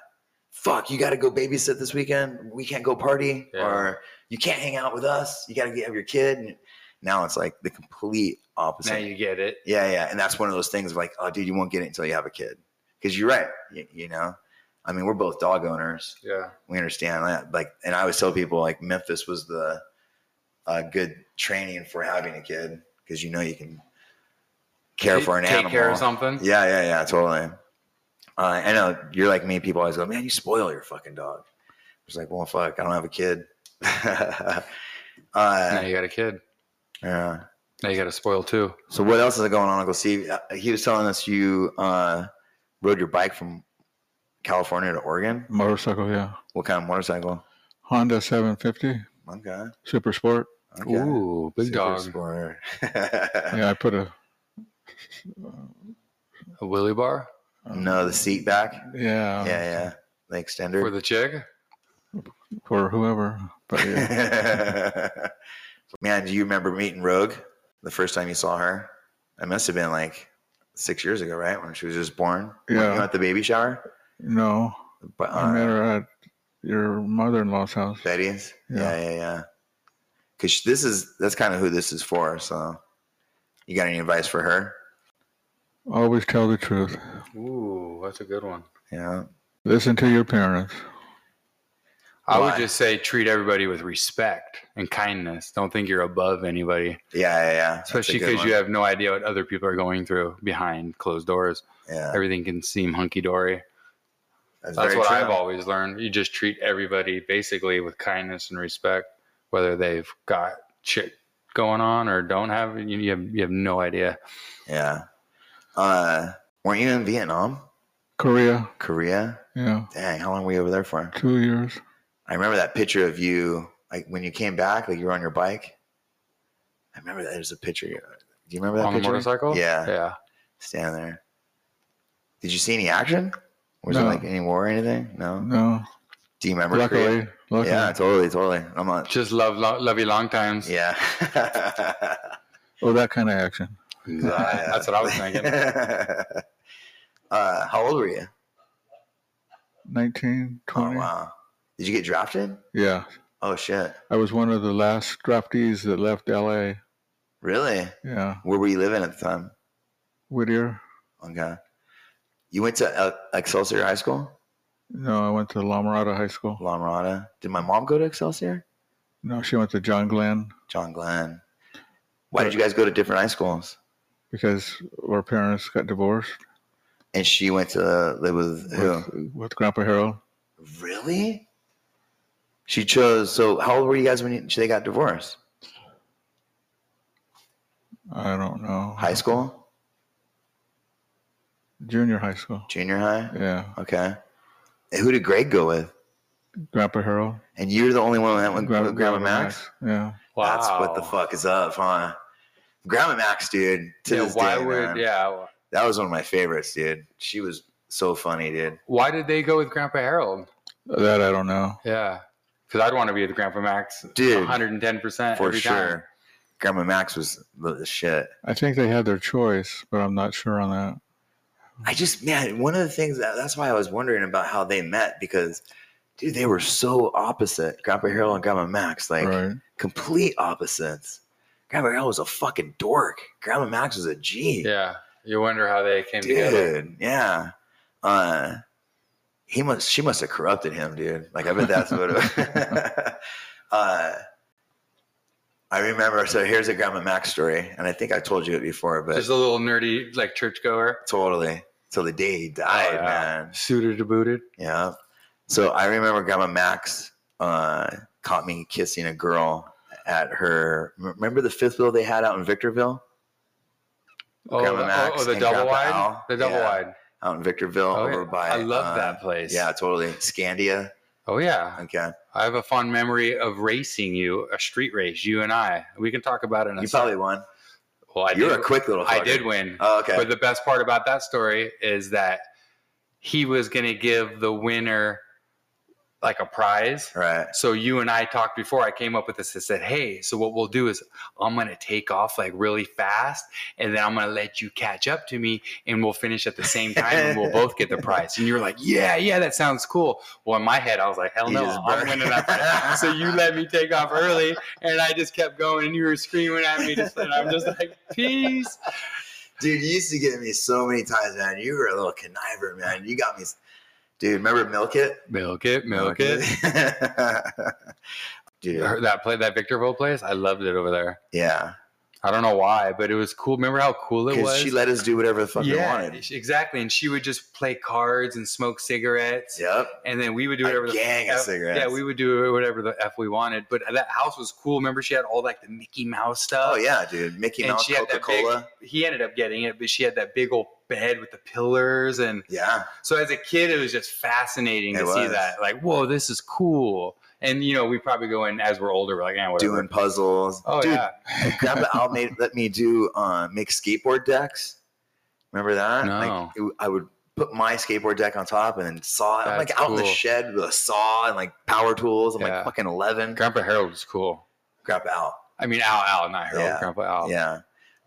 [SPEAKER 4] Fuck, you got to go babysit this weekend. We can't go party,
[SPEAKER 3] Yeah.
[SPEAKER 4] or you can't hang out with us. You got to have your kid. And now it's like the complete opposite.
[SPEAKER 3] now you get it.
[SPEAKER 4] Yeah, yeah. And that's one of those things of like, oh, dude, you won't get it until you have a kid. Because you're right. You, you know, I mean, we're both dog owners
[SPEAKER 3] Yeah.
[SPEAKER 4] we understand that. Like, and I always tell people like Memphis was the uh, good training for having a kid because you know you can care
[SPEAKER 3] Take-
[SPEAKER 4] for an
[SPEAKER 3] take
[SPEAKER 4] animal.
[SPEAKER 3] care of something.
[SPEAKER 4] Yeah, yeah, yeah, totally. Uh, I know you're like me. People always go, "Man, you spoil your fucking dog." It's like, well, fuck, I don't have a kid. *laughs*
[SPEAKER 3] Now
[SPEAKER 4] uh,
[SPEAKER 3] you got a kid.
[SPEAKER 4] yeah.
[SPEAKER 3] Now you got to spoil too.
[SPEAKER 4] So what else is going on, Uncle Steve? Uh, He was telling us you uh, rode your bike from California to Oregon.
[SPEAKER 2] Motorcycle, yeah.
[SPEAKER 4] What kind of motorcycle?
[SPEAKER 2] Honda 750
[SPEAKER 4] Okay.
[SPEAKER 2] Super Sport.
[SPEAKER 4] okay.
[SPEAKER 3] Ooh, big
[SPEAKER 4] Super
[SPEAKER 3] dog.
[SPEAKER 4] Explorer.
[SPEAKER 2] Yeah, I put a uh,
[SPEAKER 3] A willy bar
[SPEAKER 4] *laughs* no, the seat back.
[SPEAKER 2] yeah,
[SPEAKER 4] Yeah, yeah. The extender.
[SPEAKER 3] for the chick.
[SPEAKER 2] for whoever. But yeah,
[SPEAKER 4] *laughs* Man, do you remember meeting Rogue the first time you saw her? It must have been like six years ago, right? When she was just born. Were
[SPEAKER 2] Yeah.
[SPEAKER 4] you at the baby shower?
[SPEAKER 2] no,
[SPEAKER 4] But uh,
[SPEAKER 2] I met her at your mother-in-law's house.
[SPEAKER 4] Betty's. Yeah,
[SPEAKER 2] Yeah.
[SPEAKER 4] yeah, yeah. Because this is that's kind of who this is for. So, you got any advice for her?
[SPEAKER 2] Always tell the truth.
[SPEAKER 3] Ooh, that's a good one.
[SPEAKER 4] Yeah.
[SPEAKER 2] Listen to your parents.
[SPEAKER 3] I
[SPEAKER 4] Why?
[SPEAKER 3] would just say treat everybody with respect and kindness. Don't think you're above anybody,
[SPEAKER 4] Yeah, yeah, yeah. That's a
[SPEAKER 3] especially
[SPEAKER 4] good
[SPEAKER 3] because you
[SPEAKER 4] one.
[SPEAKER 3] have no idea what other people are going through behind closed doors.
[SPEAKER 4] Yeah.
[SPEAKER 3] Everything can seem hunky dory.
[SPEAKER 4] That's,
[SPEAKER 3] That's
[SPEAKER 4] very
[SPEAKER 3] what
[SPEAKER 4] true.
[SPEAKER 3] I've always learned. You just treat everybody basically with kindness and respect, whether they've got shit going on or don't have. You, you have you have no idea.
[SPEAKER 4] Yeah. Uh, weren't you in Vietnam,
[SPEAKER 2] Korea,
[SPEAKER 4] Korea?
[SPEAKER 2] yeah,
[SPEAKER 4] Dang, how long were you over there for?
[SPEAKER 2] two years.
[SPEAKER 4] I remember that picture of you, like when you came back, like you were on your bike. I remember that. There's a picture. Do you remember that
[SPEAKER 3] On the
[SPEAKER 4] picture?
[SPEAKER 3] motorcycle?
[SPEAKER 4] Yeah,
[SPEAKER 3] Yeah.
[SPEAKER 4] standing there. Did you see any action? Was
[SPEAKER 2] No.
[SPEAKER 4] there like any war or anything? No.
[SPEAKER 2] No,
[SPEAKER 4] Do you remember? Korea?
[SPEAKER 2] luckily, luckily,
[SPEAKER 4] Yeah, totally, totally.
[SPEAKER 2] *laughs*
[SPEAKER 4] I'm not.
[SPEAKER 3] Just love, love, love you long times.
[SPEAKER 4] Yeah.
[SPEAKER 2] oh, that kind of action.
[SPEAKER 3] *laughs* That's what I was thinking.
[SPEAKER 4] uh, how old were you?
[SPEAKER 2] 19,
[SPEAKER 4] Oh
[SPEAKER 2] 20.
[SPEAKER 4] wow! Did you get drafted?
[SPEAKER 2] Yeah,
[SPEAKER 4] Oh shit!
[SPEAKER 2] I was one of the last draftees that left LA.
[SPEAKER 4] Really?
[SPEAKER 2] Yeah,
[SPEAKER 4] Where were you living at the time?
[SPEAKER 2] Whittier.
[SPEAKER 4] Okay. You went to uh, Excelsior High School,
[SPEAKER 2] No, I went to La Mirada High School.
[SPEAKER 4] La Mirada. Did my mom go to Excelsior?
[SPEAKER 2] No, she went to John Glenn
[SPEAKER 4] John Glenn. Why did you guys go to different high schools?
[SPEAKER 2] because our parents got divorced
[SPEAKER 4] And she went to live with who?
[SPEAKER 2] with, with Grandpa Harold.
[SPEAKER 4] Really? She chose. So, how old were you guys when you, they got divorced?
[SPEAKER 2] I don't know.
[SPEAKER 4] High school,
[SPEAKER 2] Junior high school.
[SPEAKER 4] junior high.
[SPEAKER 2] Yeah,
[SPEAKER 4] Okay. And who did Greg go with?
[SPEAKER 2] Grandpa Harold.
[SPEAKER 4] And you're the only one that went
[SPEAKER 2] Gra-
[SPEAKER 4] with Grandma Max.
[SPEAKER 2] Yeah.
[SPEAKER 3] Wow.
[SPEAKER 4] *laughs* That's what the fuck is up, huh? Grandma Max, dude. To
[SPEAKER 3] Yeah,
[SPEAKER 4] this
[SPEAKER 3] why
[SPEAKER 4] day,
[SPEAKER 3] would
[SPEAKER 4] man.
[SPEAKER 3] yeah?
[SPEAKER 4] That was one of my favorites, dude. She was so funny, dude.
[SPEAKER 3] Why did they go with Grandpa Harold?
[SPEAKER 2] That I don't know.
[SPEAKER 3] Yeah, because I'd want to be with Grandpa Max,
[SPEAKER 4] Dude,
[SPEAKER 3] one hundred and ten percent
[SPEAKER 4] For
[SPEAKER 3] every
[SPEAKER 4] sure.
[SPEAKER 3] time.
[SPEAKER 4] Grandma Max was the the shit.
[SPEAKER 2] I think they had their choice, but I'm not sure on that.
[SPEAKER 4] I just, man, one of the things that, that's why I was wondering about how they met because, dude, they were so opposite. Grandpa Harold and Grandma Max, like
[SPEAKER 2] right.
[SPEAKER 4] complete opposites. Grandpa Harold was a fucking dork. Grandma Max was a G.
[SPEAKER 3] Yeah, you wonder how they came together.
[SPEAKER 4] dude. Yeah. Uh, he must. She must have corrupted him, dude. Like I bet that's what. It, *laughs* uh, I remember. So here's a Grandma Max story, and I think I told you it before, but
[SPEAKER 3] Just a little nerdy like churchgoer,
[SPEAKER 4] totally till the day he died,
[SPEAKER 3] Oh, yeah.
[SPEAKER 4] man.
[SPEAKER 3] suited to booted.
[SPEAKER 4] Yeah. So I remember Grandma Max uh, caught me kissing a girl at her. Remember the fifth wheel they had out in Victorville,
[SPEAKER 3] Oh,
[SPEAKER 4] Grandma
[SPEAKER 3] the,
[SPEAKER 4] Max
[SPEAKER 3] oh, the
[SPEAKER 4] and
[SPEAKER 3] double
[SPEAKER 4] Grandpa
[SPEAKER 3] wide,
[SPEAKER 4] Al.
[SPEAKER 3] the double
[SPEAKER 4] Yeah.
[SPEAKER 3] wide.
[SPEAKER 4] out in Victorville
[SPEAKER 3] Oh, yeah.
[SPEAKER 4] over by.
[SPEAKER 3] I love
[SPEAKER 4] uh,
[SPEAKER 3] that place.
[SPEAKER 4] Yeah, totally. Scandia.
[SPEAKER 3] Oh yeah,
[SPEAKER 4] Okay.
[SPEAKER 3] I have a fond memory of racing you a street race. You and I. We can talk about it. In a
[SPEAKER 4] You
[SPEAKER 3] sec.
[SPEAKER 4] probably won.
[SPEAKER 3] Well, I
[SPEAKER 4] You're
[SPEAKER 3] did.
[SPEAKER 4] a quick little.
[SPEAKER 3] I
[SPEAKER 4] fucker.
[SPEAKER 3] did win.
[SPEAKER 4] Oh, okay.
[SPEAKER 3] But the best part about that story is that he was going to give the winner like a prize.
[SPEAKER 4] right.
[SPEAKER 3] So you and I talked before I came up with this. I said, "Hey, so what we'll do is I'm going to take off like really fast, and then I'm going to let you catch up to me, and we'll finish at the same time, and we'll both get the prize." And you're like, "Yeah, yeah, that sounds cool." Well, in my head, I was like, "Hell
[SPEAKER 4] You
[SPEAKER 3] no,
[SPEAKER 4] just
[SPEAKER 3] I'm
[SPEAKER 4] burned-
[SPEAKER 3] winning that
[SPEAKER 4] *laughs*
[SPEAKER 3] prize." *laughs* so you let me take off early, and I just kept going, and you were screaming at me, just, and I'm just like, "Peace."
[SPEAKER 4] Dude, you used to get me so many times, man. You were a little conniver, man. You got me. s- Dude, remember Milk It?
[SPEAKER 3] Milk it, milk it.
[SPEAKER 4] It. *laughs* dude.
[SPEAKER 3] Her- That play, that Victorville place, I loved it over there.
[SPEAKER 4] Yeah,
[SPEAKER 3] I don't know why, but it was cool. Remember how cool it
[SPEAKER 4] because
[SPEAKER 3] was?
[SPEAKER 4] she let us do whatever the fuck we wanted.
[SPEAKER 3] she- exactly. And she would just play cards and smoke cigarettes,
[SPEAKER 4] Yep.
[SPEAKER 3] and then we would do
[SPEAKER 4] A
[SPEAKER 3] whatever the
[SPEAKER 4] gang of
[SPEAKER 3] f-
[SPEAKER 4] cigarettes.
[SPEAKER 3] Yeah, we would do whatever the f we wanted. But that house was cool. Remember, she had all like the Mickey Mouse stuff.
[SPEAKER 4] Oh yeah, dude. Mickey
[SPEAKER 3] and
[SPEAKER 4] Mouse
[SPEAKER 3] she had
[SPEAKER 4] Coca
[SPEAKER 3] that
[SPEAKER 4] Cola.
[SPEAKER 3] big- He ended up getting it, but she had that big old bed with the pillars and
[SPEAKER 4] Yeah,
[SPEAKER 3] So as a kid, it was just fascinating
[SPEAKER 4] It
[SPEAKER 3] to see
[SPEAKER 4] was.
[SPEAKER 3] that. Like, whoa, this is cool. And you know, we probably go in as we're older. We're like, yeah, whatever.
[SPEAKER 4] doing puzzles.
[SPEAKER 3] oh
[SPEAKER 4] dude,
[SPEAKER 3] yeah,
[SPEAKER 4] Grandpa Al made let me do uh, make skateboard decks. Remember that?
[SPEAKER 3] No.
[SPEAKER 4] Like, it- I would put my skateboard deck on top and then saw it. I'm like
[SPEAKER 3] That's
[SPEAKER 4] out in the
[SPEAKER 3] cool.
[SPEAKER 4] shed with a saw and like power tools. I'm like
[SPEAKER 3] Yeah.
[SPEAKER 4] fucking eleven.
[SPEAKER 3] Grandpa Harold was cool.
[SPEAKER 4] Grandpa Al.
[SPEAKER 3] I mean, Al, Al, not Harold.
[SPEAKER 4] Yeah.
[SPEAKER 3] Grandpa Al.
[SPEAKER 4] Yeah.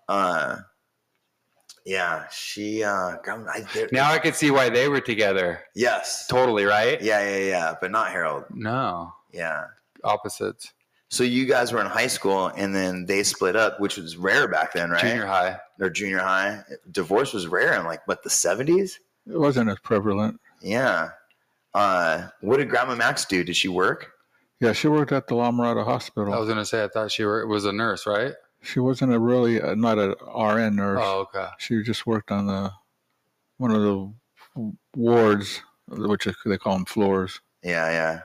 [SPEAKER 4] Uh, yeah. She. Uh, Grandma, I, there-
[SPEAKER 3] Now I could see why they were together.
[SPEAKER 4] yes.
[SPEAKER 3] Totally right.
[SPEAKER 4] Yeah, yeah, yeah. But not Harold.
[SPEAKER 3] No,
[SPEAKER 4] Yeah.
[SPEAKER 3] opposites.
[SPEAKER 4] So you guys were in high school, and then they split up, which was rare back then, right?
[SPEAKER 3] Junior high.
[SPEAKER 4] Or junior high. Divorce was rare in like what the seventies.
[SPEAKER 2] It wasn't as prevalent.
[SPEAKER 4] Yeah. Uh, what did Grandma Max do? Did she work?
[SPEAKER 2] Yeah, she worked at the La Mirada Hospital.
[SPEAKER 3] I was gonna say I thought she were, was a nurse, right?
[SPEAKER 2] she wasn't a really uh, not a RN nurse.
[SPEAKER 3] Oh, okay.
[SPEAKER 2] She just worked on the one of the wards, which is, they call them floors.
[SPEAKER 4] Yeah, yeah.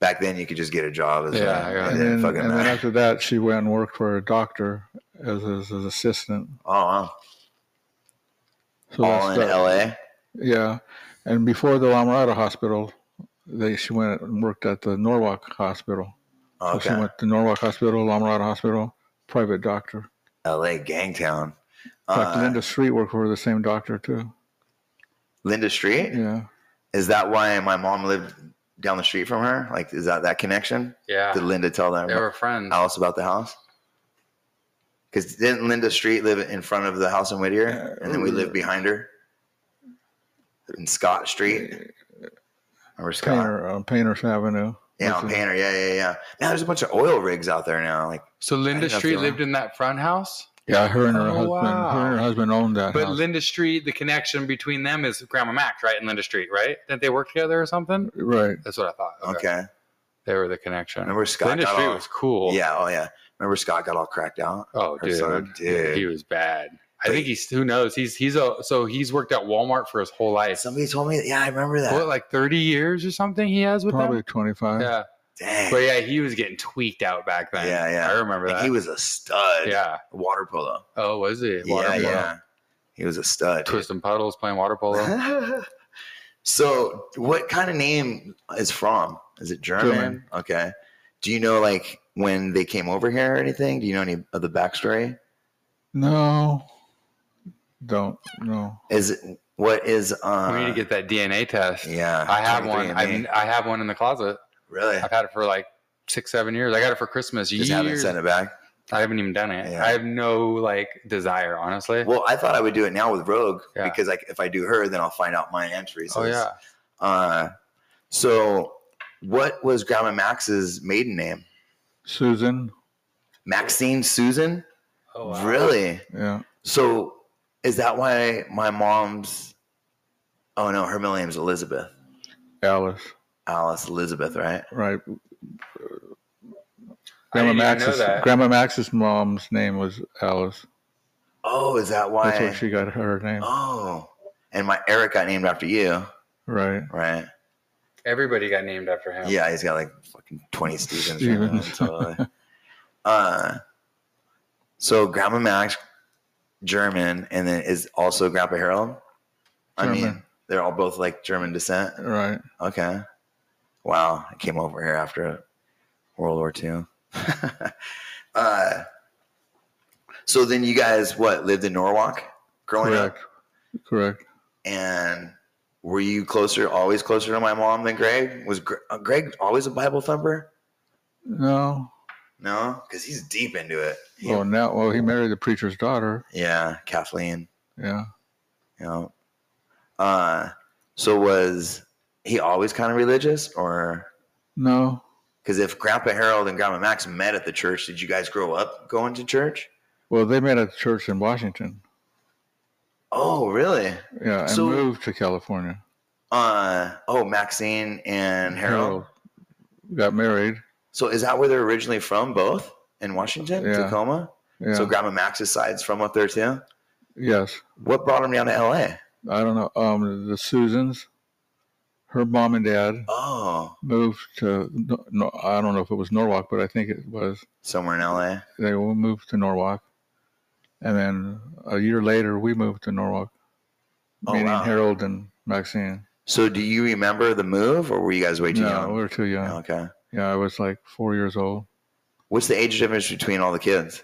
[SPEAKER 4] Back then, you could just get a job. As
[SPEAKER 3] Yeah,
[SPEAKER 4] well.
[SPEAKER 3] yeah.
[SPEAKER 4] It
[SPEAKER 2] and
[SPEAKER 4] didn't
[SPEAKER 2] then,
[SPEAKER 4] Oh, fucking
[SPEAKER 2] and then
[SPEAKER 4] matter.
[SPEAKER 2] after that, she went and worked for a doctor as his, his assistant.
[SPEAKER 4] Oh, wow.
[SPEAKER 2] So
[SPEAKER 4] all
[SPEAKER 2] that's
[SPEAKER 4] in
[SPEAKER 2] that-
[SPEAKER 4] L.A.
[SPEAKER 2] Yeah, and before the La Mirada Hospital, they she went and worked at the Norwalk Hospital. So she
[SPEAKER 4] Okay,
[SPEAKER 2] went to Norwalk Hospital, La Mirada Hospital, private doctor.
[SPEAKER 4] L.A. Gang Town.
[SPEAKER 2] Dr.
[SPEAKER 4] Uh, Linda.
[SPEAKER 2] Linda Street worked for the same doctor too.
[SPEAKER 4] Street.
[SPEAKER 2] Yeah,
[SPEAKER 4] Is that why my mom lived down the street from her? Like, is that that connection?
[SPEAKER 3] Yeah,
[SPEAKER 4] Did Linda tell that?
[SPEAKER 3] they were friends.
[SPEAKER 4] Alice about the house? Because didn't Linda Street live in front of the house in Whittier,
[SPEAKER 2] Uh,
[SPEAKER 4] and then we lived behind her in Scott Street? Remember Scott?
[SPEAKER 2] Painter on Painter's Avenue.
[SPEAKER 4] Yeah, on
[SPEAKER 2] Which is-
[SPEAKER 4] Painter. Yeah, yeah, yeah. Now there's a bunch of oil rigs out there now. Like,
[SPEAKER 3] So
[SPEAKER 4] I
[SPEAKER 3] Linda
[SPEAKER 4] think that's
[SPEAKER 3] Street
[SPEAKER 4] the
[SPEAKER 3] lived in that front house,
[SPEAKER 2] Yeah, her and her
[SPEAKER 3] Oh,
[SPEAKER 2] husband. Her and
[SPEAKER 3] wow.
[SPEAKER 2] her husband owned that.
[SPEAKER 3] but
[SPEAKER 2] house.
[SPEAKER 3] Linda Street, the connection between them is Grandma Max, right? And Linda Street, right? Didn't they work together or something?
[SPEAKER 2] right.
[SPEAKER 3] That's what I thought.
[SPEAKER 4] okay,
[SPEAKER 3] They were the connection.
[SPEAKER 4] remember Scott
[SPEAKER 3] Linda
[SPEAKER 4] got
[SPEAKER 3] Street
[SPEAKER 4] all?
[SPEAKER 3] was cool.
[SPEAKER 4] Yeah, oh yeah. Remember Scott got all cracked out?
[SPEAKER 3] Oh,
[SPEAKER 4] Her
[SPEAKER 3] dude.
[SPEAKER 4] son, dude.
[SPEAKER 3] He was bad. I
[SPEAKER 4] But-
[SPEAKER 3] think he's who knows. He's he's a so he's worked at Walmart for his whole life.
[SPEAKER 4] Somebody told me. That, yeah, I remember that.
[SPEAKER 3] What like thirty years or something he has with
[SPEAKER 2] Probably
[SPEAKER 3] them?
[SPEAKER 2] 25.
[SPEAKER 3] Yeah,
[SPEAKER 4] Dang.
[SPEAKER 3] but yeah, he was getting tweaked out back then.
[SPEAKER 4] Yeah, yeah.
[SPEAKER 3] I remember
[SPEAKER 4] And
[SPEAKER 3] that.
[SPEAKER 4] he was a stud.
[SPEAKER 3] yeah.
[SPEAKER 4] Water polo.
[SPEAKER 3] Oh, was he?
[SPEAKER 4] yeah,
[SPEAKER 3] polo.
[SPEAKER 4] yeah. Uh-huh. He was a stud. dude.
[SPEAKER 3] Twisting puddles, playing water polo.
[SPEAKER 4] *laughs* so what kind of name is from is it german?
[SPEAKER 2] German.
[SPEAKER 4] okay do you know like when they came over here or anything do you know any of the backstory
[SPEAKER 2] No. Don't. No.
[SPEAKER 4] is it what is uh
[SPEAKER 3] we need to get that DNA test.
[SPEAKER 4] yeah
[SPEAKER 3] I have
[SPEAKER 4] 23andMe.
[SPEAKER 3] one. I I have one in the closet.
[SPEAKER 4] really
[SPEAKER 3] I've had it for like six, seven years. I got it for Christmas.
[SPEAKER 4] just haven't
[SPEAKER 3] years-
[SPEAKER 4] sent it back
[SPEAKER 3] I haven't even done it.
[SPEAKER 4] Yeah.
[SPEAKER 3] I have no like desire, honestly.
[SPEAKER 4] well i thought i would do it now with rogue
[SPEAKER 3] Yeah.
[SPEAKER 4] because like if i do her then i'll find out my entries
[SPEAKER 3] oh yeah.
[SPEAKER 4] uh so what was grandma max's maiden name
[SPEAKER 2] Susan.
[SPEAKER 4] maxine susan
[SPEAKER 3] Oh,
[SPEAKER 4] really
[SPEAKER 2] Yeah.
[SPEAKER 4] So is that why my mom's? Oh no, her middle name's Elizabeth,
[SPEAKER 2] Alice.
[SPEAKER 4] Alice Elizabeth, right?
[SPEAKER 2] Right.
[SPEAKER 3] I didn't
[SPEAKER 2] Grandma
[SPEAKER 3] even
[SPEAKER 2] Max's,
[SPEAKER 3] know that.
[SPEAKER 2] Grandma Max's mom's name was Alice.
[SPEAKER 4] Oh, is that why?
[SPEAKER 2] That's where she got her name.
[SPEAKER 4] oh, and my Eric got named after you,
[SPEAKER 2] Right.
[SPEAKER 4] right?
[SPEAKER 3] Everybody got named after him.
[SPEAKER 4] Yeah, he's got like fucking twenty Stevens.
[SPEAKER 2] Stevens.
[SPEAKER 4] Right now, *laughs* totally. uh, so Grandma Max, German, and then is also Grandpa Harold. I mean,
[SPEAKER 2] German.
[SPEAKER 4] they're all both like German descent.
[SPEAKER 2] Right.
[SPEAKER 4] Okay. Wow. I came over here after World War II. *laughs* uh, so then you guys, what, lived in Norwalk growing
[SPEAKER 2] Correct.
[SPEAKER 4] up?
[SPEAKER 2] Correct.
[SPEAKER 4] And were you closer, always closer to my mom than Greg? Was Gre- uh, Greg always a Bible thumper?
[SPEAKER 2] No.
[SPEAKER 4] No, because he's deep into it. He-
[SPEAKER 2] Well, now, well, he married the preacher's daughter.
[SPEAKER 4] Yeah, Kathleen.
[SPEAKER 2] Yeah.
[SPEAKER 4] You know. Uh, so was he always kind of religious or?
[SPEAKER 2] No.
[SPEAKER 4] Because if Grandpa Harold and Grandma Max met at the church, did you guys grow up going to church?
[SPEAKER 2] Well, they met at the church in Washington.
[SPEAKER 4] Oh, really?
[SPEAKER 2] Yeah. And
[SPEAKER 4] So-
[SPEAKER 2] moved to California.
[SPEAKER 4] Uh oh, Maxine and Harold.
[SPEAKER 2] Harold got married.
[SPEAKER 4] So is that where they're originally from? Both in Washington,
[SPEAKER 2] Yeah.
[SPEAKER 4] Tacoma.
[SPEAKER 2] Yeah.
[SPEAKER 4] So Grandma Max's side's from up there too.
[SPEAKER 2] yes.
[SPEAKER 4] What brought them down to L.A.?
[SPEAKER 2] I don't know. Um, the Susans, her mom and dad
[SPEAKER 4] Oh,
[SPEAKER 2] moved to. No, no, I don't know if it was Norwalk, but I think it was.
[SPEAKER 4] somewhere in L.A.
[SPEAKER 2] They all moved to Norwalk, and then a year later we moved to Norwalk,
[SPEAKER 4] Oh,
[SPEAKER 2] meaning
[SPEAKER 4] wow.
[SPEAKER 2] Harold and Maxine.
[SPEAKER 4] So do you remember the move, or were you guys way too
[SPEAKER 2] no, we
[SPEAKER 4] young?
[SPEAKER 2] were too young.
[SPEAKER 4] Okay.
[SPEAKER 2] Yeah, I was like four years old.
[SPEAKER 4] What's the age difference between all the kids?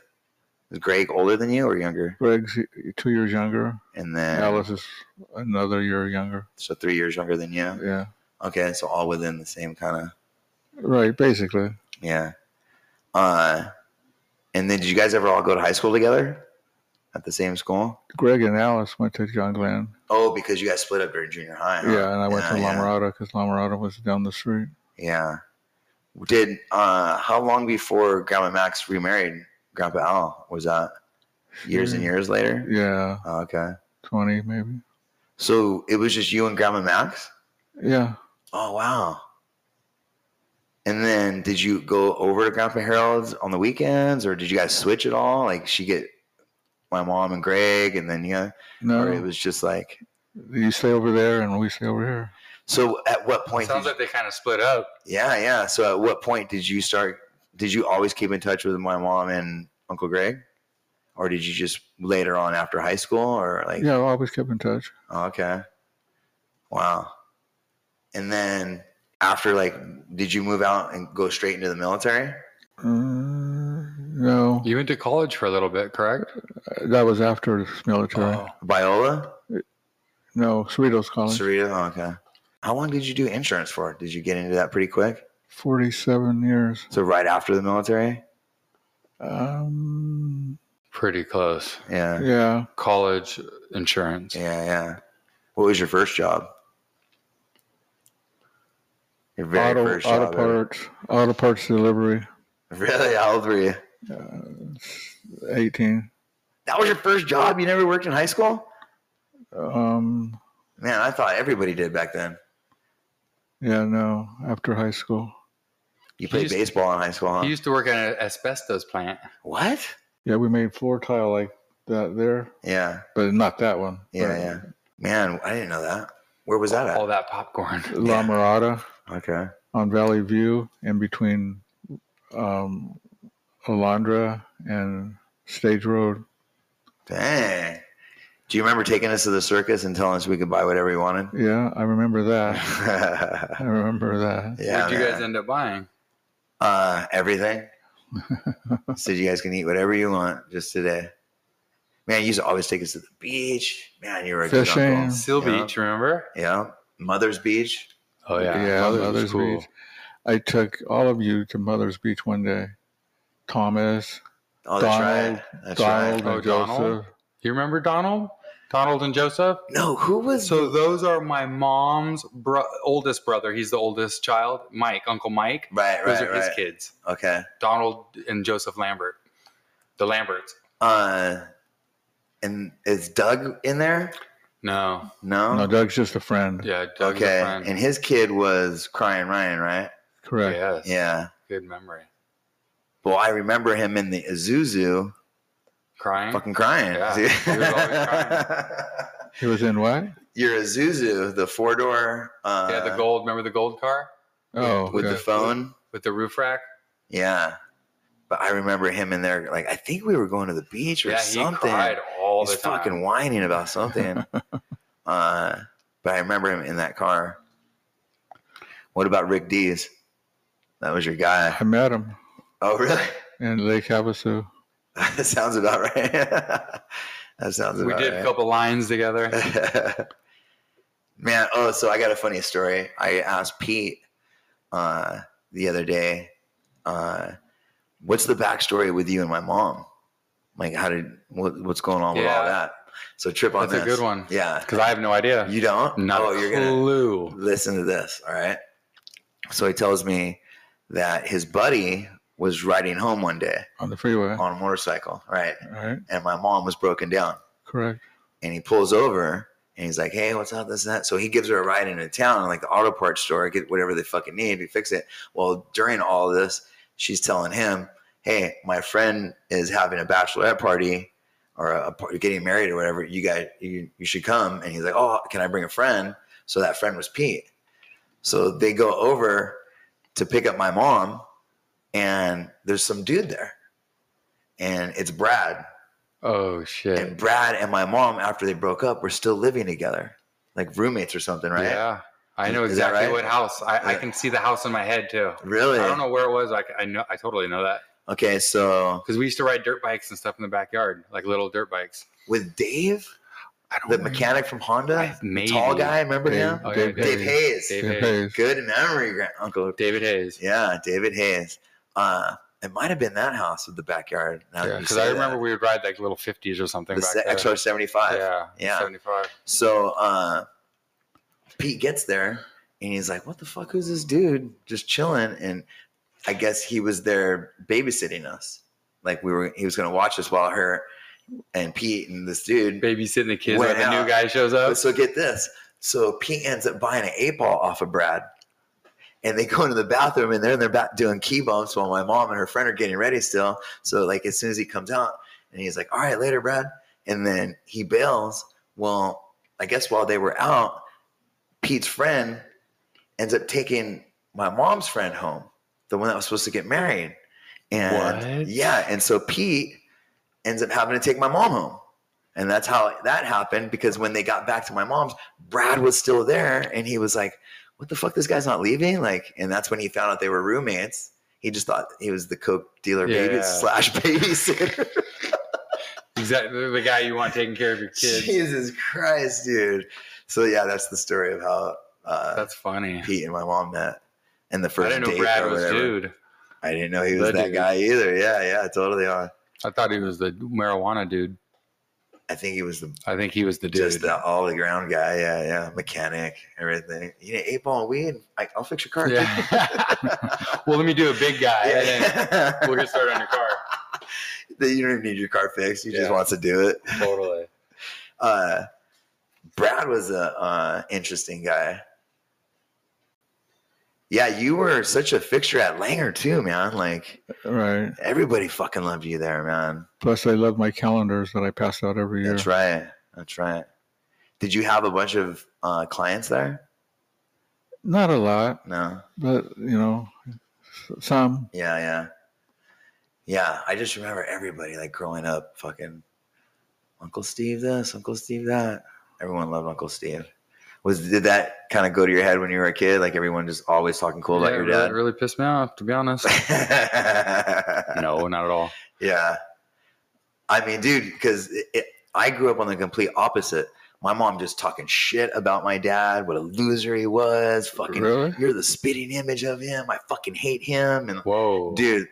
[SPEAKER 4] Is Greg older than you or younger?
[SPEAKER 2] Greg's two years younger.
[SPEAKER 4] And then
[SPEAKER 2] Alice is another year younger.
[SPEAKER 4] so three years younger than you.
[SPEAKER 2] Yeah,
[SPEAKER 4] Okay, so all within the same kind of
[SPEAKER 2] right. Basically,
[SPEAKER 4] yeah. Uh, and then did you guys ever all go to high school together at the same school?
[SPEAKER 2] Greg and Alice went to John Glenn.
[SPEAKER 4] Oh, because you guys split up during junior high. huh?
[SPEAKER 2] Yeah, and I went to La
[SPEAKER 4] Uh, yeah.
[SPEAKER 2] Mirada because La Mirada was down the street.
[SPEAKER 4] Yeah. Did uh, how long before Grandma Max remarried Grandpa Al? Was that years and
[SPEAKER 2] Hmm.
[SPEAKER 4] years later?
[SPEAKER 2] Yeah,
[SPEAKER 4] Oh, okay.
[SPEAKER 2] twenty maybe.
[SPEAKER 4] So it was just you and Grandma Max?
[SPEAKER 2] Yeah,
[SPEAKER 4] Oh wow. And then did you go over to Grandpa Harold's on the weekends or did you guys switch at all? Like she get my mom and Greg and then yeah.
[SPEAKER 2] no.
[SPEAKER 4] Or it was just like
[SPEAKER 2] you stay over there and we stay over here.
[SPEAKER 4] so at what point
[SPEAKER 3] Sounds
[SPEAKER 4] did
[SPEAKER 3] like they kind of split up.
[SPEAKER 4] you- Yeah, yeah. So at what point did you start did you always keep in touch with my mom and Uncle Greg? Or did you just later on after high school or like
[SPEAKER 2] Yeah, I always kept in touch.
[SPEAKER 4] Okay. Wow. And then after, like, did you move out and go straight into the military?
[SPEAKER 2] Uh, no,
[SPEAKER 3] You went to college for a little bit, correct?
[SPEAKER 2] that was after the military.
[SPEAKER 3] Oh.
[SPEAKER 4] Biola?
[SPEAKER 2] No, Cerritos College.
[SPEAKER 4] Cerrito? Oh, okay. How long did you do insurance for? Did you get into that pretty quick?
[SPEAKER 2] Forty-seven years.
[SPEAKER 4] So, right after the military?
[SPEAKER 2] Um,
[SPEAKER 3] Pretty close.
[SPEAKER 4] Yeah.
[SPEAKER 2] yeah,
[SPEAKER 3] College insurance.
[SPEAKER 4] Yeah, yeah. What was your first job? Your very
[SPEAKER 2] auto,
[SPEAKER 4] first
[SPEAKER 2] auto
[SPEAKER 4] job. ever.
[SPEAKER 2] parts, auto parts delivery.
[SPEAKER 4] *laughs* Really? How old were you?
[SPEAKER 2] uh, Eighteen.
[SPEAKER 4] That was your first job? You never worked in high school?
[SPEAKER 2] Um,
[SPEAKER 4] Man, I thought everybody did back then.
[SPEAKER 2] yeah, no, after high school.
[SPEAKER 4] You played
[SPEAKER 3] used-
[SPEAKER 4] baseball in high school, huh?
[SPEAKER 3] He used to work at an asbestos plant.
[SPEAKER 4] what?
[SPEAKER 2] Yeah, we made floor tile like that there,
[SPEAKER 4] Yeah.
[SPEAKER 2] but not that one.
[SPEAKER 4] Yeah,
[SPEAKER 2] but
[SPEAKER 4] yeah. Man, I didn't know that. Where was that
[SPEAKER 3] All
[SPEAKER 4] at?
[SPEAKER 3] that
[SPEAKER 4] *laughs*
[SPEAKER 3] popcorn.
[SPEAKER 2] La
[SPEAKER 4] Yeah.
[SPEAKER 2] Mirada
[SPEAKER 4] Okay.
[SPEAKER 2] on Valley View, in between um, Alondra and Stage Road.
[SPEAKER 4] Dang. Do you remember taking us to the circus and telling us we could buy whatever we wanted? *laughs*
[SPEAKER 2] Yeah, I remember that. *laughs*
[SPEAKER 4] yeah.
[SPEAKER 2] I remember that.
[SPEAKER 3] What'd you guys
[SPEAKER 4] man.
[SPEAKER 3] end up buying?
[SPEAKER 4] uh, everything. *laughs* Said you guys can eat whatever you want just today. Man, you used to always take us to the beach. Man, you were a good
[SPEAKER 2] Fishing.
[SPEAKER 4] uncle.
[SPEAKER 3] Seal
[SPEAKER 4] Yeah.
[SPEAKER 3] Beach, remember?
[SPEAKER 4] Yeah. Mother's Beach.
[SPEAKER 3] Oh yeah,
[SPEAKER 2] Yeah,
[SPEAKER 3] Mother's
[SPEAKER 2] Mother's
[SPEAKER 3] cool.
[SPEAKER 2] Beach. I took all of you to Mother's Beach one day. Thomas,
[SPEAKER 4] Oh, that's
[SPEAKER 2] Donald-
[SPEAKER 4] right. That's
[SPEAKER 2] Donald,
[SPEAKER 4] right.
[SPEAKER 3] Oh,
[SPEAKER 2] and Joseph.
[SPEAKER 3] Donald? You remember Donald, Donald and Joseph?
[SPEAKER 4] No, who was
[SPEAKER 3] So those are my mom's bro- oldest brother. He's the oldest child. Mike, Uncle Mike.
[SPEAKER 4] Right,
[SPEAKER 3] Those
[SPEAKER 4] right,
[SPEAKER 3] are
[SPEAKER 4] right.
[SPEAKER 3] his kids,
[SPEAKER 4] Okay.
[SPEAKER 3] Donald and Joseph Lambert, the Lamberts.
[SPEAKER 4] Uh, and is Doug in there?
[SPEAKER 3] No,
[SPEAKER 4] No.
[SPEAKER 2] No, Doug's just a friend.
[SPEAKER 3] yeah, Doug's a
[SPEAKER 4] okay.
[SPEAKER 3] friend.
[SPEAKER 4] And his kid was crying Ryan, right?
[SPEAKER 2] Correct.
[SPEAKER 3] Yes,
[SPEAKER 4] Yeah.
[SPEAKER 3] good memory.
[SPEAKER 4] Well, I remember him in the Azuzu
[SPEAKER 3] Crying.
[SPEAKER 4] fucking crying.
[SPEAKER 3] Mm.
[SPEAKER 4] *laughs*
[SPEAKER 3] Yeah, he
[SPEAKER 4] dude.
[SPEAKER 3] was always crying.
[SPEAKER 2] He was in what?
[SPEAKER 4] Your Azuzu, the four door. Uh,
[SPEAKER 3] yeah, the gold. Remember the gold car
[SPEAKER 2] Oh,
[SPEAKER 4] with
[SPEAKER 2] okay.
[SPEAKER 4] the phone.
[SPEAKER 3] with the roof rack?
[SPEAKER 4] Yeah. But I remember him in there. Like I think we were going to the beach or
[SPEAKER 3] Yeah, he
[SPEAKER 4] something.
[SPEAKER 3] cried all
[SPEAKER 4] He's
[SPEAKER 3] the time.
[SPEAKER 4] fucking whining
[SPEAKER 3] *laughs*
[SPEAKER 4] about something. uh, but I remember him in that car. What about Rick D's? That was your guy.
[SPEAKER 2] I met him
[SPEAKER 4] Oh, really?
[SPEAKER 2] in Lake Havasu.
[SPEAKER 4] *laughs* that sounds about right. *laughs* that sounds
[SPEAKER 3] we
[SPEAKER 4] about
[SPEAKER 3] did a
[SPEAKER 4] right.
[SPEAKER 3] couple lines together.
[SPEAKER 4] *laughs* Man, oh, so I got a funny story. I asked Pete uh, the other day, uh, "What's the backstory with you and my mom? Like, how did what, what's going on with all
[SPEAKER 3] Yeah.
[SPEAKER 4] that?" So trip on
[SPEAKER 3] That's a
[SPEAKER 4] this.
[SPEAKER 3] good one.
[SPEAKER 4] Yeah,
[SPEAKER 3] Because I have no idea.
[SPEAKER 4] you don't.
[SPEAKER 3] Not
[SPEAKER 4] oh,
[SPEAKER 3] a
[SPEAKER 4] you're gonna
[SPEAKER 3] clue.
[SPEAKER 4] listen to this. All right. So he tells me that his buddy was riding home one day
[SPEAKER 2] on the freeway.
[SPEAKER 3] Oh.
[SPEAKER 4] on a motorcycle, right?
[SPEAKER 2] Right?
[SPEAKER 4] And my mom was broken down.
[SPEAKER 2] Correct.
[SPEAKER 4] and he pulls over and he's like, "Hey, what's up? This and that." So he gives her a ride into town, like the auto parts store, get whatever they fucking need, we fix it. Well, during all this, she's telling him, "Hey, my friend is having a bachelorette party or a, a party, getting married or whatever. You guys, you, you should come." And he's like, "Oh, can I bring a friend?" So that friend was Pete. So they go over to pick up my mom, and there's some dude there, and it's Brad.
[SPEAKER 3] Oh shit.
[SPEAKER 4] And Brad and my mom, after they broke up, were still living together, like roommates or something, right?
[SPEAKER 3] Yeah. I know
[SPEAKER 4] Is that
[SPEAKER 3] exactly
[SPEAKER 4] right?
[SPEAKER 3] what house. I, I
[SPEAKER 4] Yeah.
[SPEAKER 3] can see the house in my head too.
[SPEAKER 4] Really?
[SPEAKER 3] I don't know where it was. I, I know. I totally know that
[SPEAKER 4] Okay, so
[SPEAKER 3] because we used to ride dirt bikes and stuff in the backyard, like little dirt bikes.
[SPEAKER 4] with Dave,
[SPEAKER 3] I don't
[SPEAKER 4] the
[SPEAKER 3] remember.
[SPEAKER 4] mechanic from Honda,
[SPEAKER 3] I- maybe.
[SPEAKER 4] tall guy, remember
[SPEAKER 2] Dave-
[SPEAKER 4] him?
[SPEAKER 3] Oh, yeah,
[SPEAKER 2] Dave
[SPEAKER 4] Dave
[SPEAKER 2] Hayes.
[SPEAKER 4] Hayes.
[SPEAKER 3] Dave
[SPEAKER 2] Dave
[SPEAKER 3] Hayes.
[SPEAKER 2] Hayes.
[SPEAKER 4] Good memory, grand uncle.
[SPEAKER 3] David Hayes.
[SPEAKER 4] Yeah, David Hayes. Uh, it might have been that house with the backyard. now that you
[SPEAKER 3] Because
[SPEAKER 4] say
[SPEAKER 3] I
[SPEAKER 4] that.
[SPEAKER 3] remember we would ride like little fifties or something
[SPEAKER 4] the
[SPEAKER 3] back
[SPEAKER 4] se-
[SPEAKER 3] there.
[SPEAKER 4] XR seventy five.
[SPEAKER 3] yeah,
[SPEAKER 4] Yeah.
[SPEAKER 3] seventy five.
[SPEAKER 4] So uh, Pete gets there and he's like, "What the fuck? Who's this dude just chilling?" And I guess he was there babysitting us. Like we were, he was going to watch us while her and Pete and this dude.
[SPEAKER 3] Babysitting the kids
[SPEAKER 4] Went
[SPEAKER 3] when the
[SPEAKER 4] out.
[SPEAKER 3] new guy shows up.
[SPEAKER 4] So get this. So Pete ends up buying an eight ball off of Brad. And they go into the bathroom and they're in their back doing key bumps while my mom and her friend are getting ready still. So like as soon as he comes out and he's like, All right, later, Brad. And then he bails. Well, I guess while they were out, Pete's friend ends up taking my mom's friend home, the one that was supposed to get married. And
[SPEAKER 3] What?
[SPEAKER 4] yeah, and so Pete ends up having to take my mom home. And that's how that happened because when they got back to my mom's, Brad was still there and he was like, What the fuck? This guy's not leaving? Like, and that's when he found out they were roommates. He just thought he was the coke dealer
[SPEAKER 3] Yeah.
[SPEAKER 4] baby *laughs* slash babysitter.
[SPEAKER 3] Exactly the guy you want taking care of your *laughs*
[SPEAKER 4] *laughs*
[SPEAKER 3] kids.
[SPEAKER 4] Jesus Christ, dude. So yeah, that's the story of how uh,
[SPEAKER 3] That's funny.
[SPEAKER 4] Pete and my mom met. And the
[SPEAKER 3] I
[SPEAKER 4] first
[SPEAKER 3] didn't know
[SPEAKER 4] date
[SPEAKER 3] Brad
[SPEAKER 4] or
[SPEAKER 3] was
[SPEAKER 4] whatever.
[SPEAKER 3] dude.
[SPEAKER 4] I didn't know he was
[SPEAKER 3] The
[SPEAKER 4] that
[SPEAKER 3] dude.
[SPEAKER 4] guy either. Yeah, yeah, totally on.
[SPEAKER 3] I thought he was the marijuana dude.
[SPEAKER 4] I think he was the
[SPEAKER 3] I think he was the dude.
[SPEAKER 4] just the all the ground guy. Yeah, yeah, mechanic, everything. You need eight ball and weed. I, I'll fix your car.
[SPEAKER 3] *laughs*
[SPEAKER 4] *laughs*
[SPEAKER 3] Yeah. well, let me do a big guy. and then
[SPEAKER 4] Yeah. *laughs*
[SPEAKER 3] we'll get started on your car.
[SPEAKER 4] you don't even need your car fixed. You just
[SPEAKER 3] Yeah.
[SPEAKER 4] wants to do it.
[SPEAKER 3] Totally.
[SPEAKER 4] Uh, Brad was a uh, interesting guy. Yeah, you were such a fixture at Langer too, man. Like
[SPEAKER 2] Right.
[SPEAKER 4] everybody fucking loved you there, man.
[SPEAKER 2] Plus, I love my calendars that I pass out every year.
[SPEAKER 4] That's right. That's right. Did you have a bunch of uh, clients there?
[SPEAKER 2] Not a lot,
[SPEAKER 4] No.
[SPEAKER 2] but you know, s- some.
[SPEAKER 4] Yeah, yeah. Yeah, I just remember everybody like growing up, fucking Uncle Steve this, Uncle Steve that. Everyone loved Uncle Steve. Was did that kind of go to your head when you were a kid? Like everyone just always talking cool
[SPEAKER 3] Yeah,
[SPEAKER 4] about your
[SPEAKER 3] it really,
[SPEAKER 4] dad?
[SPEAKER 3] really pissed me off, to be
[SPEAKER 4] *laughs*
[SPEAKER 3] honest. no, not at all.
[SPEAKER 4] Yeah. I mean, dude, because it, it, I grew up on the complete opposite. My mom just talking shit about my dad, what a loser he was, fucking
[SPEAKER 2] Really?
[SPEAKER 4] you're the spitting image of him. I fucking hate him. And
[SPEAKER 3] Whoa.
[SPEAKER 4] dude,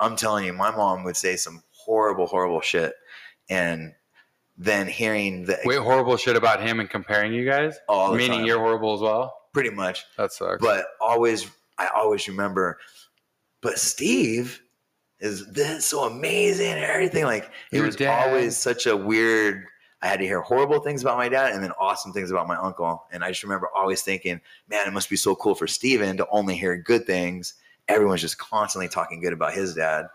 [SPEAKER 4] I'm telling you, my mom would say some horrible, horrible shit. And then hearing the
[SPEAKER 3] Wait, horrible shit about him and comparing you guys?
[SPEAKER 4] all the
[SPEAKER 3] Meaning
[SPEAKER 4] time,
[SPEAKER 3] you're horrible as well?
[SPEAKER 4] pretty much.
[SPEAKER 3] That sucks.
[SPEAKER 4] But always, I always remember. But Steve is this so amazing and everything. Like it
[SPEAKER 3] Your
[SPEAKER 4] was
[SPEAKER 3] dad.
[SPEAKER 4] always such a weird. I had to hear horrible things about my dad and then awesome things about my uncle. And I just remember always thinking, man, it must be so cool for Steven to only hear good things. Everyone's just constantly talking good about his dad.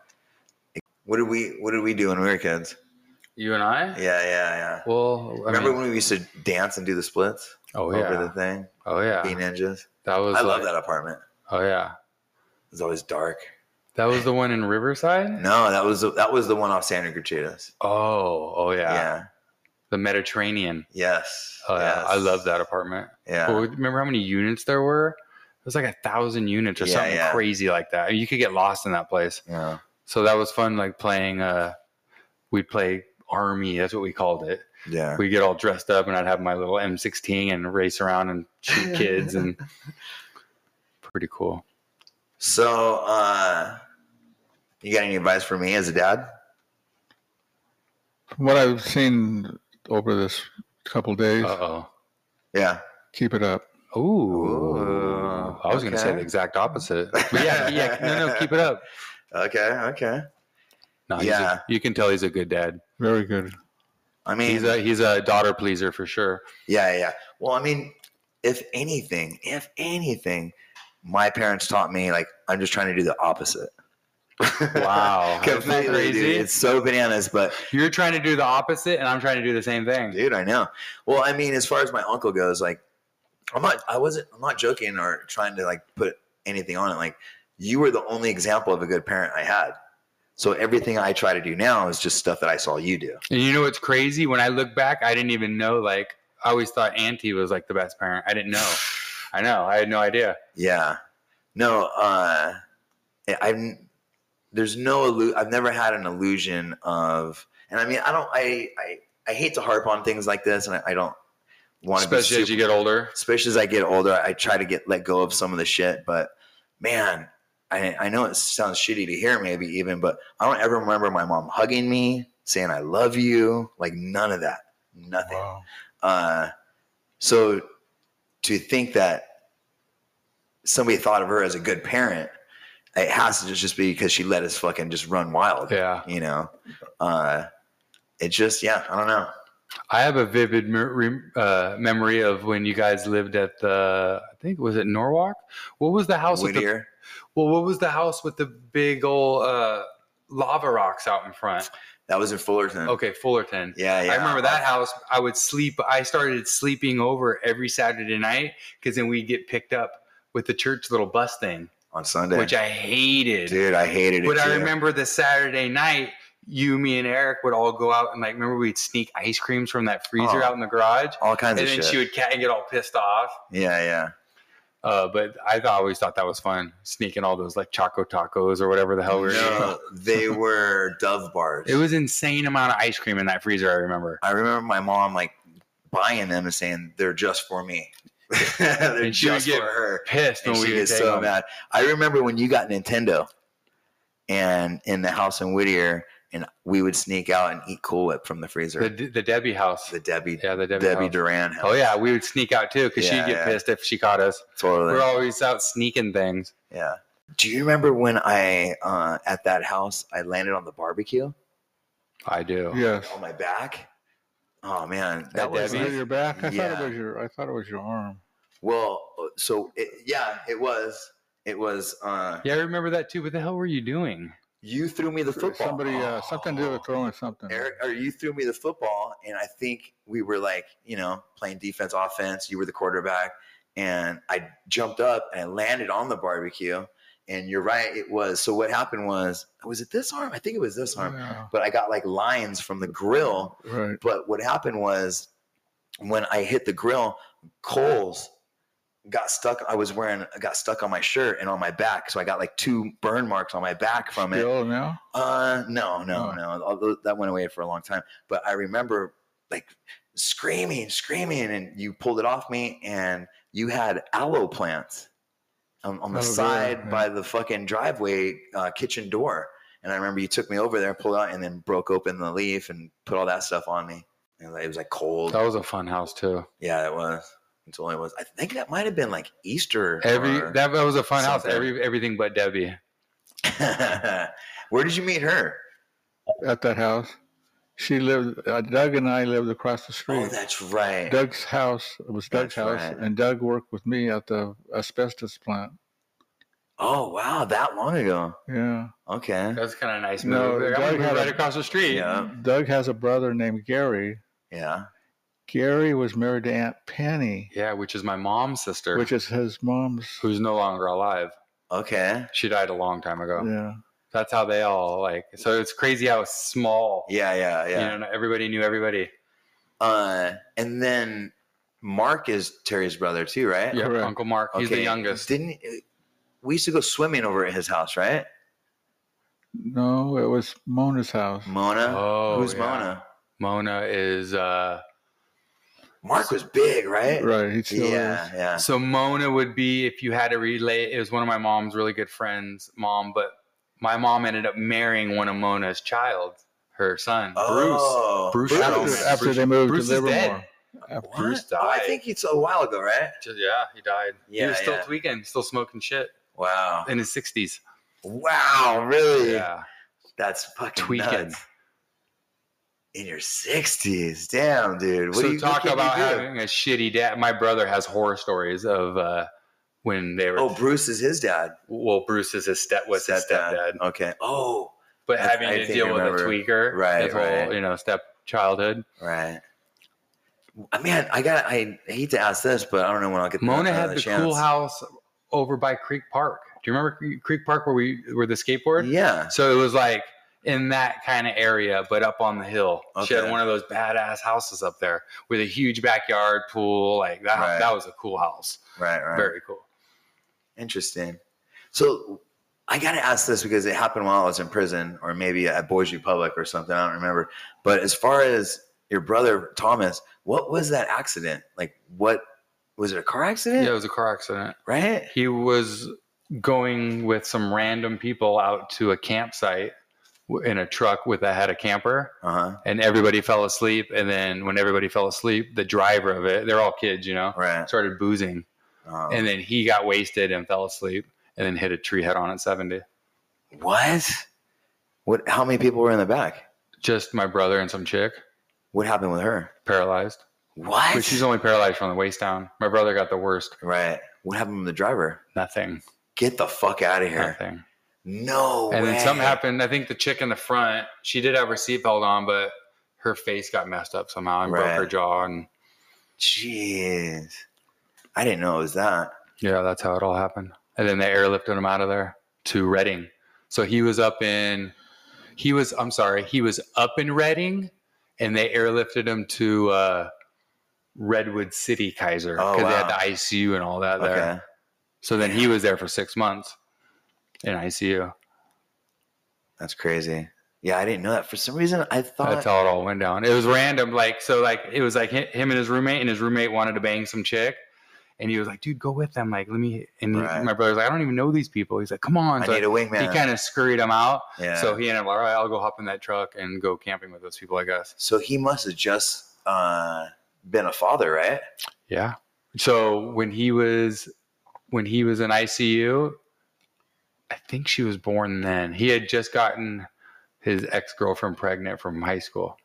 [SPEAKER 4] What did we what did we do when we were kids?
[SPEAKER 3] you and I?
[SPEAKER 4] Yeah, yeah, yeah.
[SPEAKER 3] Well, I
[SPEAKER 4] Remember
[SPEAKER 3] mean-
[SPEAKER 4] when we used to dance and do the splits
[SPEAKER 3] oh,
[SPEAKER 4] over
[SPEAKER 3] yeah.
[SPEAKER 4] the thing?
[SPEAKER 3] oh, yeah.
[SPEAKER 4] Be ninjas.
[SPEAKER 3] That was
[SPEAKER 4] I love
[SPEAKER 3] like-
[SPEAKER 4] that apartment.
[SPEAKER 3] Oh, yeah.
[SPEAKER 4] It was always dark.
[SPEAKER 3] That was the one in Riverside?
[SPEAKER 4] No, that was that was the one off Sandra Gracidas.
[SPEAKER 3] Oh, oh, yeah.
[SPEAKER 4] Yeah.
[SPEAKER 3] The Mediterranean.
[SPEAKER 4] Yes.
[SPEAKER 3] Oh, yeah.
[SPEAKER 4] yes.
[SPEAKER 3] I love that apartment.
[SPEAKER 4] Yeah.
[SPEAKER 3] Well, remember how many units there were? It was like a thousand units or
[SPEAKER 4] Yeah,
[SPEAKER 3] something
[SPEAKER 4] yeah.
[SPEAKER 3] crazy like that. You could get lost in that place.
[SPEAKER 4] yeah.
[SPEAKER 3] So that was fun, like playing. Uh, we play army. That's what we called it.
[SPEAKER 4] Yeah.
[SPEAKER 3] We get all dressed up, and I'd have my little M16 and race around and shoot kids,
[SPEAKER 4] *laughs*
[SPEAKER 3] and pretty cool.
[SPEAKER 4] So, uh, you got any advice for me as a dad?
[SPEAKER 2] From what I've seen over this couple days,
[SPEAKER 3] Uh
[SPEAKER 4] Yeah.
[SPEAKER 2] keep it up.
[SPEAKER 3] oh. Ooh. I was going to say
[SPEAKER 4] okay.
[SPEAKER 3] the exact opposite. Oh, *laughs* But yeah, yeah. No, no, keep it up.
[SPEAKER 4] Okay. Okay.
[SPEAKER 3] No, he's a-
[SPEAKER 4] Yeah.
[SPEAKER 3] you can tell he's a good dad.
[SPEAKER 2] Very good.
[SPEAKER 4] I mean,
[SPEAKER 3] He's a he's a daughter pleaser for sure.
[SPEAKER 4] Yeah, yeah. Well, I mean, if anything, if anything, my parents taught me like I'm just trying to do the opposite.
[SPEAKER 3] *laughs*
[SPEAKER 4] *laughs*
[SPEAKER 3] Wow. *laughs* Isn't that
[SPEAKER 4] Completely, dude. It's so bananas, but
[SPEAKER 3] You're trying to do the opposite, and I'm trying to do the same thing.
[SPEAKER 4] dude, I know. Well, I mean, as far as my uncle goes, like, I'm not, I wasn't, I'm not joking or trying to like put anything on it. Like, you were the only example of a good parent I had. So everything I try to do now is just stuff that I saw you do.
[SPEAKER 3] And you know what's crazy? When I look back, I didn't even know. Like, I always thought Auntie was like the best parent. I didn't know. *sighs* I know. I had no idea.
[SPEAKER 4] Yeah. No, uh, I- I've there's no illu- I've never had an illusion of, and I mean, I don't, I, I, I hate to harp on things like this, and I, I don't want to be
[SPEAKER 3] Especially
[SPEAKER 4] super,
[SPEAKER 3] as you get older.
[SPEAKER 4] especially as I get older, I try to get let go of some of the shit. But man, I, I know it sounds shitty to hear, maybe even, but I don't ever remember my mom hugging me, saying "I love you," like none of that, nothing.
[SPEAKER 2] Wow.
[SPEAKER 4] Uh, so to think that somebody thought of her as a good parent, it has to just be because she let us fucking just run wild,
[SPEAKER 3] Yeah.
[SPEAKER 4] you know. Uh, it just, yeah, I don't know.
[SPEAKER 3] I have a vivid mer- rem- uh, memory of when you guys lived at the, I think, was it Norwalk? What was the house with the,
[SPEAKER 4] Whittier,
[SPEAKER 3] well, what was the house with the big old uh, lava rocks out in front?
[SPEAKER 4] that was in Fullerton.
[SPEAKER 3] Okay, Fullerton.
[SPEAKER 4] Yeah, yeah.
[SPEAKER 3] I remember that house. I would sleep. I started sleeping over every Saturday night because then we'd get picked up with the church little bus thing,
[SPEAKER 4] on Sunday.
[SPEAKER 3] which I hated.
[SPEAKER 4] Dude, I hated it.
[SPEAKER 3] but I
[SPEAKER 4] too.
[SPEAKER 3] remember the Saturday night, you, me, and Eric would all go out and like, remember we'd sneak ice creams from that freezer
[SPEAKER 4] Oh.
[SPEAKER 3] out in the garage,
[SPEAKER 4] all kinds
[SPEAKER 3] and
[SPEAKER 4] of
[SPEAKER 3] then
[SPEAKER 4] shit.
[SPEAKER 3] she would cat and get all pissed off.
[SPEAKER 4] yeah, yeah.
[SPEAKER 3] Uh, but I thought- always thought that was fun, sneaking all those like choco tacos or whatever the hell we were. eating.
[SPEAKER 4] no, *laughs* they were Dove bars.
[SPEAKER 3] It was insane amount of ice cream in that freezer. I remember.
[SPEAKER 4] I remember my mom like buying them and saying they're just for *laughs* me. they're
[SPEAKER 3] And she would
[SPEAKER 4] just
[SPEAKER 3] get
[SPEAKER 4] for her.
[SPEAKER 3] Pissed
[SPEAKER 4] And
[SPEAKER 3] when
[SPEAKER 4] she
[SPEAKER 3] we would
[SPEAKER 4] gets
[SPEAKER 3] take
[SPEAKER 4] so
[SPEAKER 3] them.
[SPEAKER 4] mad. I remember when you got Nintendo, and in the house in Whittier, and we would sneak out and eat Cool Whip from the freezer.
[SPEAKER 3] The,
[SPEAKER 4] The,
[SPEAKER 3] the Debbie house.
[SPEAKER 4] Debbie
[SPEAKER 3] yeah, the Debbie,
[SPEAKER 4] Debbie
[SPEAKER 3] house.
[SPEAKER 4] Duran house.
[SPEAKER 3] Oh yeah, we would sneak out too because
[SPEAKER 4] Yeah,
[SPEAKER 3] she'd get
[SPEAKER 4] yeah.
[SPEAKER 3] pissed if she caught us.
[SPEAKER 4] totally.
[SPEAKER 3] We're always out sneaking things.
[SPEAKER 4] yeah. Do you remember when I uh, at that house I landed on the barbecue
[SPEAKER 3] I do.
[SPEAKER 2] Yes.
[SPEAKER 4] on my back? Oh man,
[SPEAKER 3] That
[SPEAKER 4] that was
[SPEAKER 2] Was it
[SPEAKER 3] Debbie?
[SPEAKER 2] your back? I thought
[SPEAKER 4] Yeah.
[SPEAKER 2] it was your. I thought it was your arm.
[SPEAKER 4] Well, so it, yeah, it was. It was. Uh,
[SPEAKER 3] Yeah, I remember that too. What the hell were you doing?
[SPEAKER 4] You threw me the football. Oh,
[SPEAKER 2] Somebody. Uh, something to do with throwing something.
[SPEAKER 4] Eric, or you threw me the football, and I think we were like, you know, playing defense, offense. You were the quarterback, and I jumped up and I landed on the barbecue. And you're right, it was. So what happened was, was it this arm? I think it was this arm.
[SPEAKER 2] Yeah,
[SPEAKER 4] But I got like lines from the grill.
[SPEAKER 2] right.
[SPEAKER 4] But what happened was when I hit the grill, coals got stuck. I was wearing got stuck on my shirt and on my back, so I got like two burn marks on my back from it.
[SPEAKER 2] Still now.
[SPEAKER 4] Uh, no, no,
[SPEAKER 2] Oh.
[SPEAKER 4] no. Although that went away for a long time, but I remember like screaming, screaming, and you pulled it off me, and you had aloe plants on, on the
[SPEAKER 2] Oh, really?
[SPEAKER 4] side
[SPEAKER 2] Yeah.
[SPEAKER 4] by the fucking driveway uh, kitchen door. And I remember you took me over there, pulled out, and then broke open the leaf and put all that stuff on me. And it was like cold.
[SPEAKER 3] That was a fun house too.
[SPEAKER 4] Yeah, it was. It totally was. I think that might have been like Easter.
[SPEAKER 3] Every
[SPEAKER 4] or-
[SPEAKER 3] that, that was a fun house.
[SPEAKER 4] something.
[SPEAKER 3] Every everything but Debbie.
[SPEAKER 4] *laughs* Where did you meet her?
[SPEAKER 2] At that house, she lived. Uh, Doug and I lived across the street.
[SPEAKER 4] Oh, that's right.
[SPEAKER 2] Doug's house. It was Doug's
[SPEAKER 4] That's
[SPEAKER 2] house,
[SPEAKER 4] right.
[SPEAKER 2] and Doug worked with me at the asbestos plant.
[SPEAKER 4] Oh wow, that long ago.
[SPEAKER 2] Yeah.
[SPEAKER 4] Okay.
[SPEAKER 3] That was kind of nice.
[SPEAKER 2] No,
[SPEAKER 3] move. Like,
[SPEAKER 2] Doug
[SPEAKER 3] I moved
[SPEAKER 2] had
[SPEAKER 3] right
[SPEAKER 2] a-
[SPEAKER 3] across the street.
[SPEAKER 4] Yeah.
[SPEAKER 2] Doug has a brother named Gary.
[SPEAKER 4] Yeah.
[SPEAKER 2] Gary was married to Aunt Penny,
[SPEAKER 3] Yeah, which is my mom's sister,
[SPEAKER 2] which is his mom's.
[SPEAKER 3] who's no longer alive.
[SPEAKER 4] Okay.
[SPEAKER 3] She died a long time ago.
[SPEAKER 2] Yeah.
[SPEAKER 3] That's how they all like. So it's crazy how small.
[SPEAKER 4] Yeah, yeah, yeah.
[SPEAKER 3] You know, everybody knew everybody.
[SPEAKER 4] Uh, and then Mark is Terry's brother too, right?
[SPEAKER 3] Yeah,
[SPEAKER 2] Correct.
[SPEAKER 3] Uncle Mark. He's the youngest.
[SPEAKER 4] Didn't we used to go swimming over at his house, right?
[SPEAKER 2] No, it was Mona's house.
[SPEAKER 4] Mona.
[SPEAKER 3] Oh,
[SPEAKER 4] Who's
[SPEAKER 3] yeah.
[SPEAKER 4] Mona?
[SPEAKER 3] Mona is uh
[SPEAKER 4] Mark was big, right?
[SPEAKER 2] Right. He still
[SPEAKER 4] Yeah,
[SPEAKER 2] is.
[SPEAKER 4] yeah.
[SPEAKER 3] so Mona would be if you had to relate it was one of my mom's really good friends mom but my mom ended up marrying one of Mona's child her son
[SPEAKER 4] Oh,
[SPEAKER 3] Bruce
[SPEAKER 2] After,
[SPEAKER 3] Shadowman.
[SPEAKER 2] after
[SPEAKER 3] Bruce-
[SPEAKER 2] they moved
[SPEAKER 3] Bruce is
[SPEAKER 2] to Livermore.
[SPEAKER 3] dead.
[SPEAKER 2] After-
[SPEAKER 4] What?
[SPEAKER 3] Bruce
[SPEAKER 4] Oh, I
[SPEAKER 3] died.
[SPEAKER 4] think it's a while ago, right?
[SPEAKER 3] Bruce yeah he died he
[SPEAKER 4] Yeah,
[SPEAKER 3] was still
[SPEAKER 4] yeah.
[SPEAKER 3] tweaking still smoking shit
[SPEAKER 4] Wow.
[SPEAKER 3] in his 60s
[SPEAKER 4] Wow, really?
[SPEAKER 3] yeah
[SPEAKER 4] That's fucking
[SPEAKER 3] Tweaking.
[SPEAKER 4] nuts. In your sixties, damn, dude. What
[SPEAKER 3] so
[SPEAKER 4] do you what
[SPEAKER 3] talk
[SPEAKER 4] can you
[SPEAKER 3] about
[SPEAKER 4] do?
[SPEAKER 3] having a shitty dad my brother has horror stories of uh when they were.
[SPEAKER 4] Oh, Bruce is his dad.
[SPEAKER 3] well, Bruce is his step was his stepdad,
[SPEAKER 4] Okay. Oh,
[SPEAKER 3] but
[SPEAKER 4] I-
[SPEAKER 3] having
[SPEAKER 4] I
[SPEAKER 3] to
[SPEAKER 4] think I
[SPEAKER 3] deal with a
[SPEAKER 4] remember.
[SPEAKER 3] tweaker,
[SPEAKER 4] Right,
[SPEAKER 3] his whole
[SPEAKER 4] right.
[SPEAKER 3] you know step childhood.
[SPEAKER 4] Oh, right. Uh, Man, I got. I hate to ask this, but I don't know when I'll get.
[SPEAKER 3] Mona
[SPEAKER 4] another
[SPEAKER 3] had the
[SPEAKER 4] chance.
[SPEAKER 3] cool house over by Creek Park. Do you remember Cre- Creek Park where we where the skateboard?
[SPEAKER 4] Yeah.
[SPEAKER 3] So it was like in that kind of area, but up on the hill. She
[SPEAKER 4] Okay.
[SPEAKER 3] had one of those badass houses up there with a huge backyard pool. Like that,
[SPEAKER 4] Right.
[SPEAKER 3] that was a cool house.
[SPEAKER 4] Right. Right.
[SPEAKER 3] Very cool.
[SPEAKER 4] Interesting. So I got to ask this because it happened while I was in prison or maybe at Boys Republic or something. I don't remember. But as far as your brother Thomas, what was that accident? Like, what was it a car accident?
[SPEAKER 3] Yeah, it was a car accident.
[SPEAKER 4] Right?
[SPEAKER 3] He was going with some random people out to a campsite w- in a truck with that had a camper
[SPEAKER 4] Uh huh.
[SPEAKER 3] and everybody fell asleep and then when everybody fell asleep the driver of it they're all kids you know
[SPEAKER 4] Right.
[SPEAKER 3] started boozing
[SPEAKER 4] Um,
[SPEAKER 3] and then he got wasted and fell asleep and then hit a tree head on at 70
[SPEAKER 4] what? What? How many people were in the back?
[SPEAKER 3] just my brother and some chick
[SPEAKER 4] What happened with her?
[SPEAKER 3] paralyzed
[SPEAKER 4] What?
[SPEAKER 3] but she's only paralyzed from the waist down my brother got the worst
[SPEAKER 4] right. What happened with the driver?
[SPEAKER 3] nothing
[SPEAKER 4] Get the fuck out of here!
[SPEAKER 3] nothing
[SPEAKER 4] No
[SPEAKER 3] and
[SPEAKER 4] way.
[SPEAKER 3] then something happened i think the chick in the front she did have her seatbelt on but her face got messed up somehow and
[SPEAKER 4] Right.
[SPEAKER 3] broke her jaw and
[SPEAKER 4] Jeez, I didn't know it was that.
[SPEAKER 3] Yeah, that's how it all happened. And then they airlifted him out of there to Reading. So he was up in, he was, I'm sorry, he was up in Reading and they airlifted him to uh, Redwood City, Kaiser,
[SPEAKER 4] Oh,
[SPEAKER 3] because they had
[SPEAKER 4] wow.
[SPEAKER 3] the ICU and all that there.
[SPEAKER 4] Okay.
[SPEAKER 3] So then he was there for six months in ICU.
[SPEAKER 4] That's crazy. Yeah, I didn't know that. For some reason, I thought.
[SPEAKER 3] That's how it all went down. It was random. Like, so like, it was like hi- him and his roommate, and his roommate wanted to bang some chick. And he was like, dude, go with them. Like, let me. And he-
[SPEAKER 4] Right.
[SPEAKER 3] my brother's like, I don't even know these people. He's like, come on.
[SPEAKER 4] I
[SPEAKER 3] So
[SPEAKER 4] need a wingman.
[SPEAKER 3] he kind of scurried him out.
[SPEAKER 4] yeah.
[SPEAKER 3] So
[SPEAKER 4] So,
[SPEAKER 3] he ended up like, all right, I'll go hop in that truck and go camping with those people, I guess.
[SPEAKER 4] he must have just uh, been a father, right?
[SPEAKER 3] Mm-hmm. Yeah. So when he was when he was in ICU, I think she was born then. He had just gotten his ex girlfriend pregnant from high school,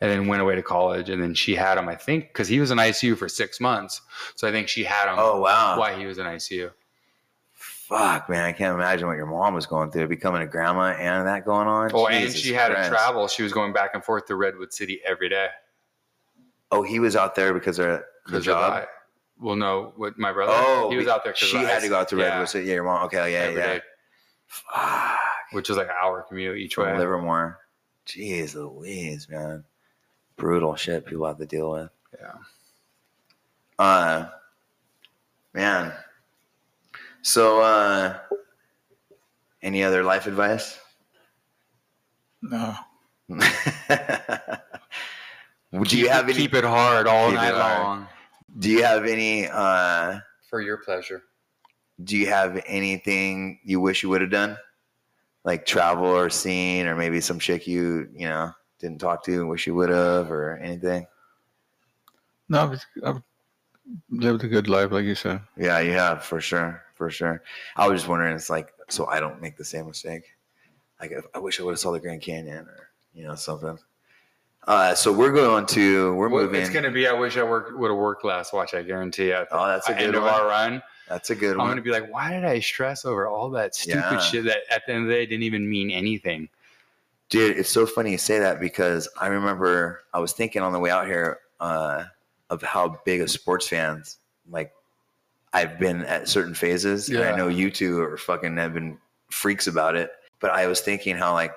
[SPEAKER 3] and then went away to college, and then she had him. I think because he was in ICU for six months, so I think she had him
[SPEAKER 4] Oh wow.
[SPEAKER 3] while he was in ICU.
[SPEAKER 4] Fuck, man, I can't imagine what your mom was going through, becoming a grandma and that going on.
[SPEAKER 3] Oh, and
[SPEAKER 4] Jesus
[SPEAKER 3] she had to
[SPEAKER 4] Christ.
[SPEAKER 3] travel. She was going back and forth to Redwood City every day
[SPEAKER 4] Oh, he was out there because of the
[SPEAKER 3] of
[SPEAKER 4] job.
[SPEAKER 3] I- Well, no, with my brother,
[SPEAKER 4] Oh,
[SPEAKER 3] he was out there. 'cause
[SPEAKER 4] She
[SPEAKER 3] of
[SPEAKER 4] had to go out to
[SPEAKER 3] yeah,
[SPEAKER 4] Redwood City. Yeah, your mom. Okay, yeah,
[SPEAKER 3] every
[SPEAKER 4] yeah.
[SPEAKER 3] day,
[SPEAKER 4] Fuck.
[SPEAKER 3] which was like an hour commute each way.
[SPEAKER 4] From Livermore. Jeez Louise, man. Brutal shit people have to deal with.
[SPEAKER 3] Yeah.
[SPEAKER 4] Uh man. So uh any other life advice? *laughs*
[SPEAKER 2] No.
[SPEAKER 4] do you have any
[SPEAKER 3] keep it hard all
[SPEAKER 4] Keep it
[SPEAKER 3] night
[SPEAKER 4] hard.
[SPEAKER 3] long
[SPEAKER 4] do you have any uh
[SPEAKER 3] for your pleasure?
[SPEAKER 4] do you have anything you wish you would have done? Like travel or seen or maybe some chick you, you know, didn't talk to and wish you would have or anything?
[SPEAKER 2] No, I've, I've lived a good life, like you said.
[SPEAKER 4] Yeah, you have for sure, for sure. I was just wondering, it's like, so I don't make the same mistake. Like, if- I wish I would have saw the Grand Canyon or you know something. Uh, so we're going to we're
[SPEAKER 3] Well,
[SPEAKER 4] moving.
[SPEAKER 3] It's gonna be. I wish I work would have worked last watch. I guarantee you. At the
[SPEAKER 4] oh, that's a
[SPEAKER 3] end
[SPEAKER 4] good
[SPEAKER 3] of
[SPEAKER 4] one.
[SPEAKER 3] our run,
[SPEAKER 4] that's a good
[SPEAKER 3] I'm gonna
[SPEAKER 4] one.
[SPEAKER 3] be like, why did I stress over all that stupid
[SPEAKER 4] Yeah.
[SPEAKER 3] shit that at the end of the day didn't even mean anything?
[SPEAKER 4] Dude, it's so funny you say that because I remember I was thinking on the way out here uh, of how big of sports fans like I've been at certain phases. And I
[SPEAKER 3] Yeah.
[SPEAKER 4] know you two are fucking have been freaks about it. But I was thinking how like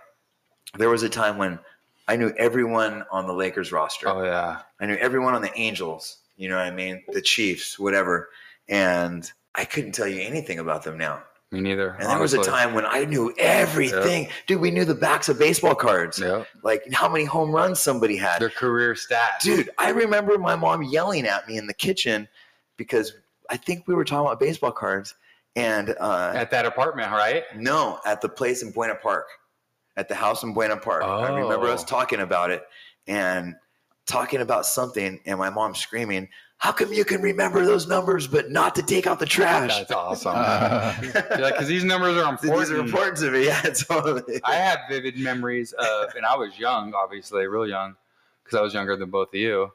[SPEAKER 4] there was a time when I knew everyone on the Lakers roster.
[SPEAKER 3] Oh yeah,
[SPEAKER 4] I knew everyone on the Angels, you know what I mean? The Chiefs, whatever. And I couldn't tell you anything about them now.
[SPEAKER 3] me neither.
[SPEAKER 4] And there was a
[SPEAKER 3] honestly.
[SPEAKER 4] time when I knew everything. Dude, we knew the backs of baseball cards
[SPEAKER 3] Yeah,
[SPEAKER 4] like how many home runs somebody had.
[SPEAKER 3] their career stats.
[SPEAKER 4] Dude, I remember my mom yelling at me in the kitchen because I think we were talking about baseball cards. And uh,
[SPEAKER 3] at that apartment, right?
[SPEAKER 4] no, at the place in Buena Park, at the house in Buena Park. I remember us
[SPEAKER 3] Oh.
[SPEAKER 4] talking about it and talking about something, and my mom screaming, How come you can remember those numbers but not to take out the trash?
[SPEAKER 3] That's awesome.
[SPEAKER 2] Uh,
[SPEAKER 3] Yeah, because these numbers are important.
[SPEAKER 4] *laughs* These are important to me. *laughs* Yeah, totally.
[SPEAKER 3] I have vivid memories of, and I was young, obviously, real young, because I was younger than both of you.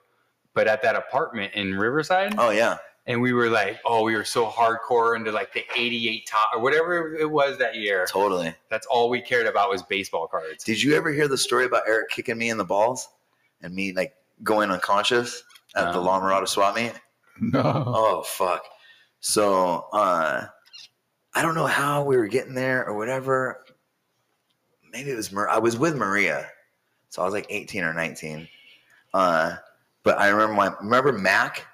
[SPEAKER 3] But at that apartment in Riverside,
[SPEAKER 4] oh, yeah.
[SPEAKER 3] and we were like, oh, we were so hardcore into like the 88 top or whatever it was that year.
[SPEAKER 4] Totally.
[SPEAKER 3] That's all we cared about was baseball cards.
[SPEAKER 4] Did you ever hear the story about Eric kicking me in the balls and me like going unconscious at the
[SPEAKER 3] No.
[SPEAKER 4] La Mirada swap meet?
[SPEAKER 2] *laughs* No.
[SPEAKER 4] Oh fuck. So uh I don't know how we were getting there or whatever. Maybe it was Mar- I was with Maria. So I was like 18 or 19. Uh but I remember my remember Mac,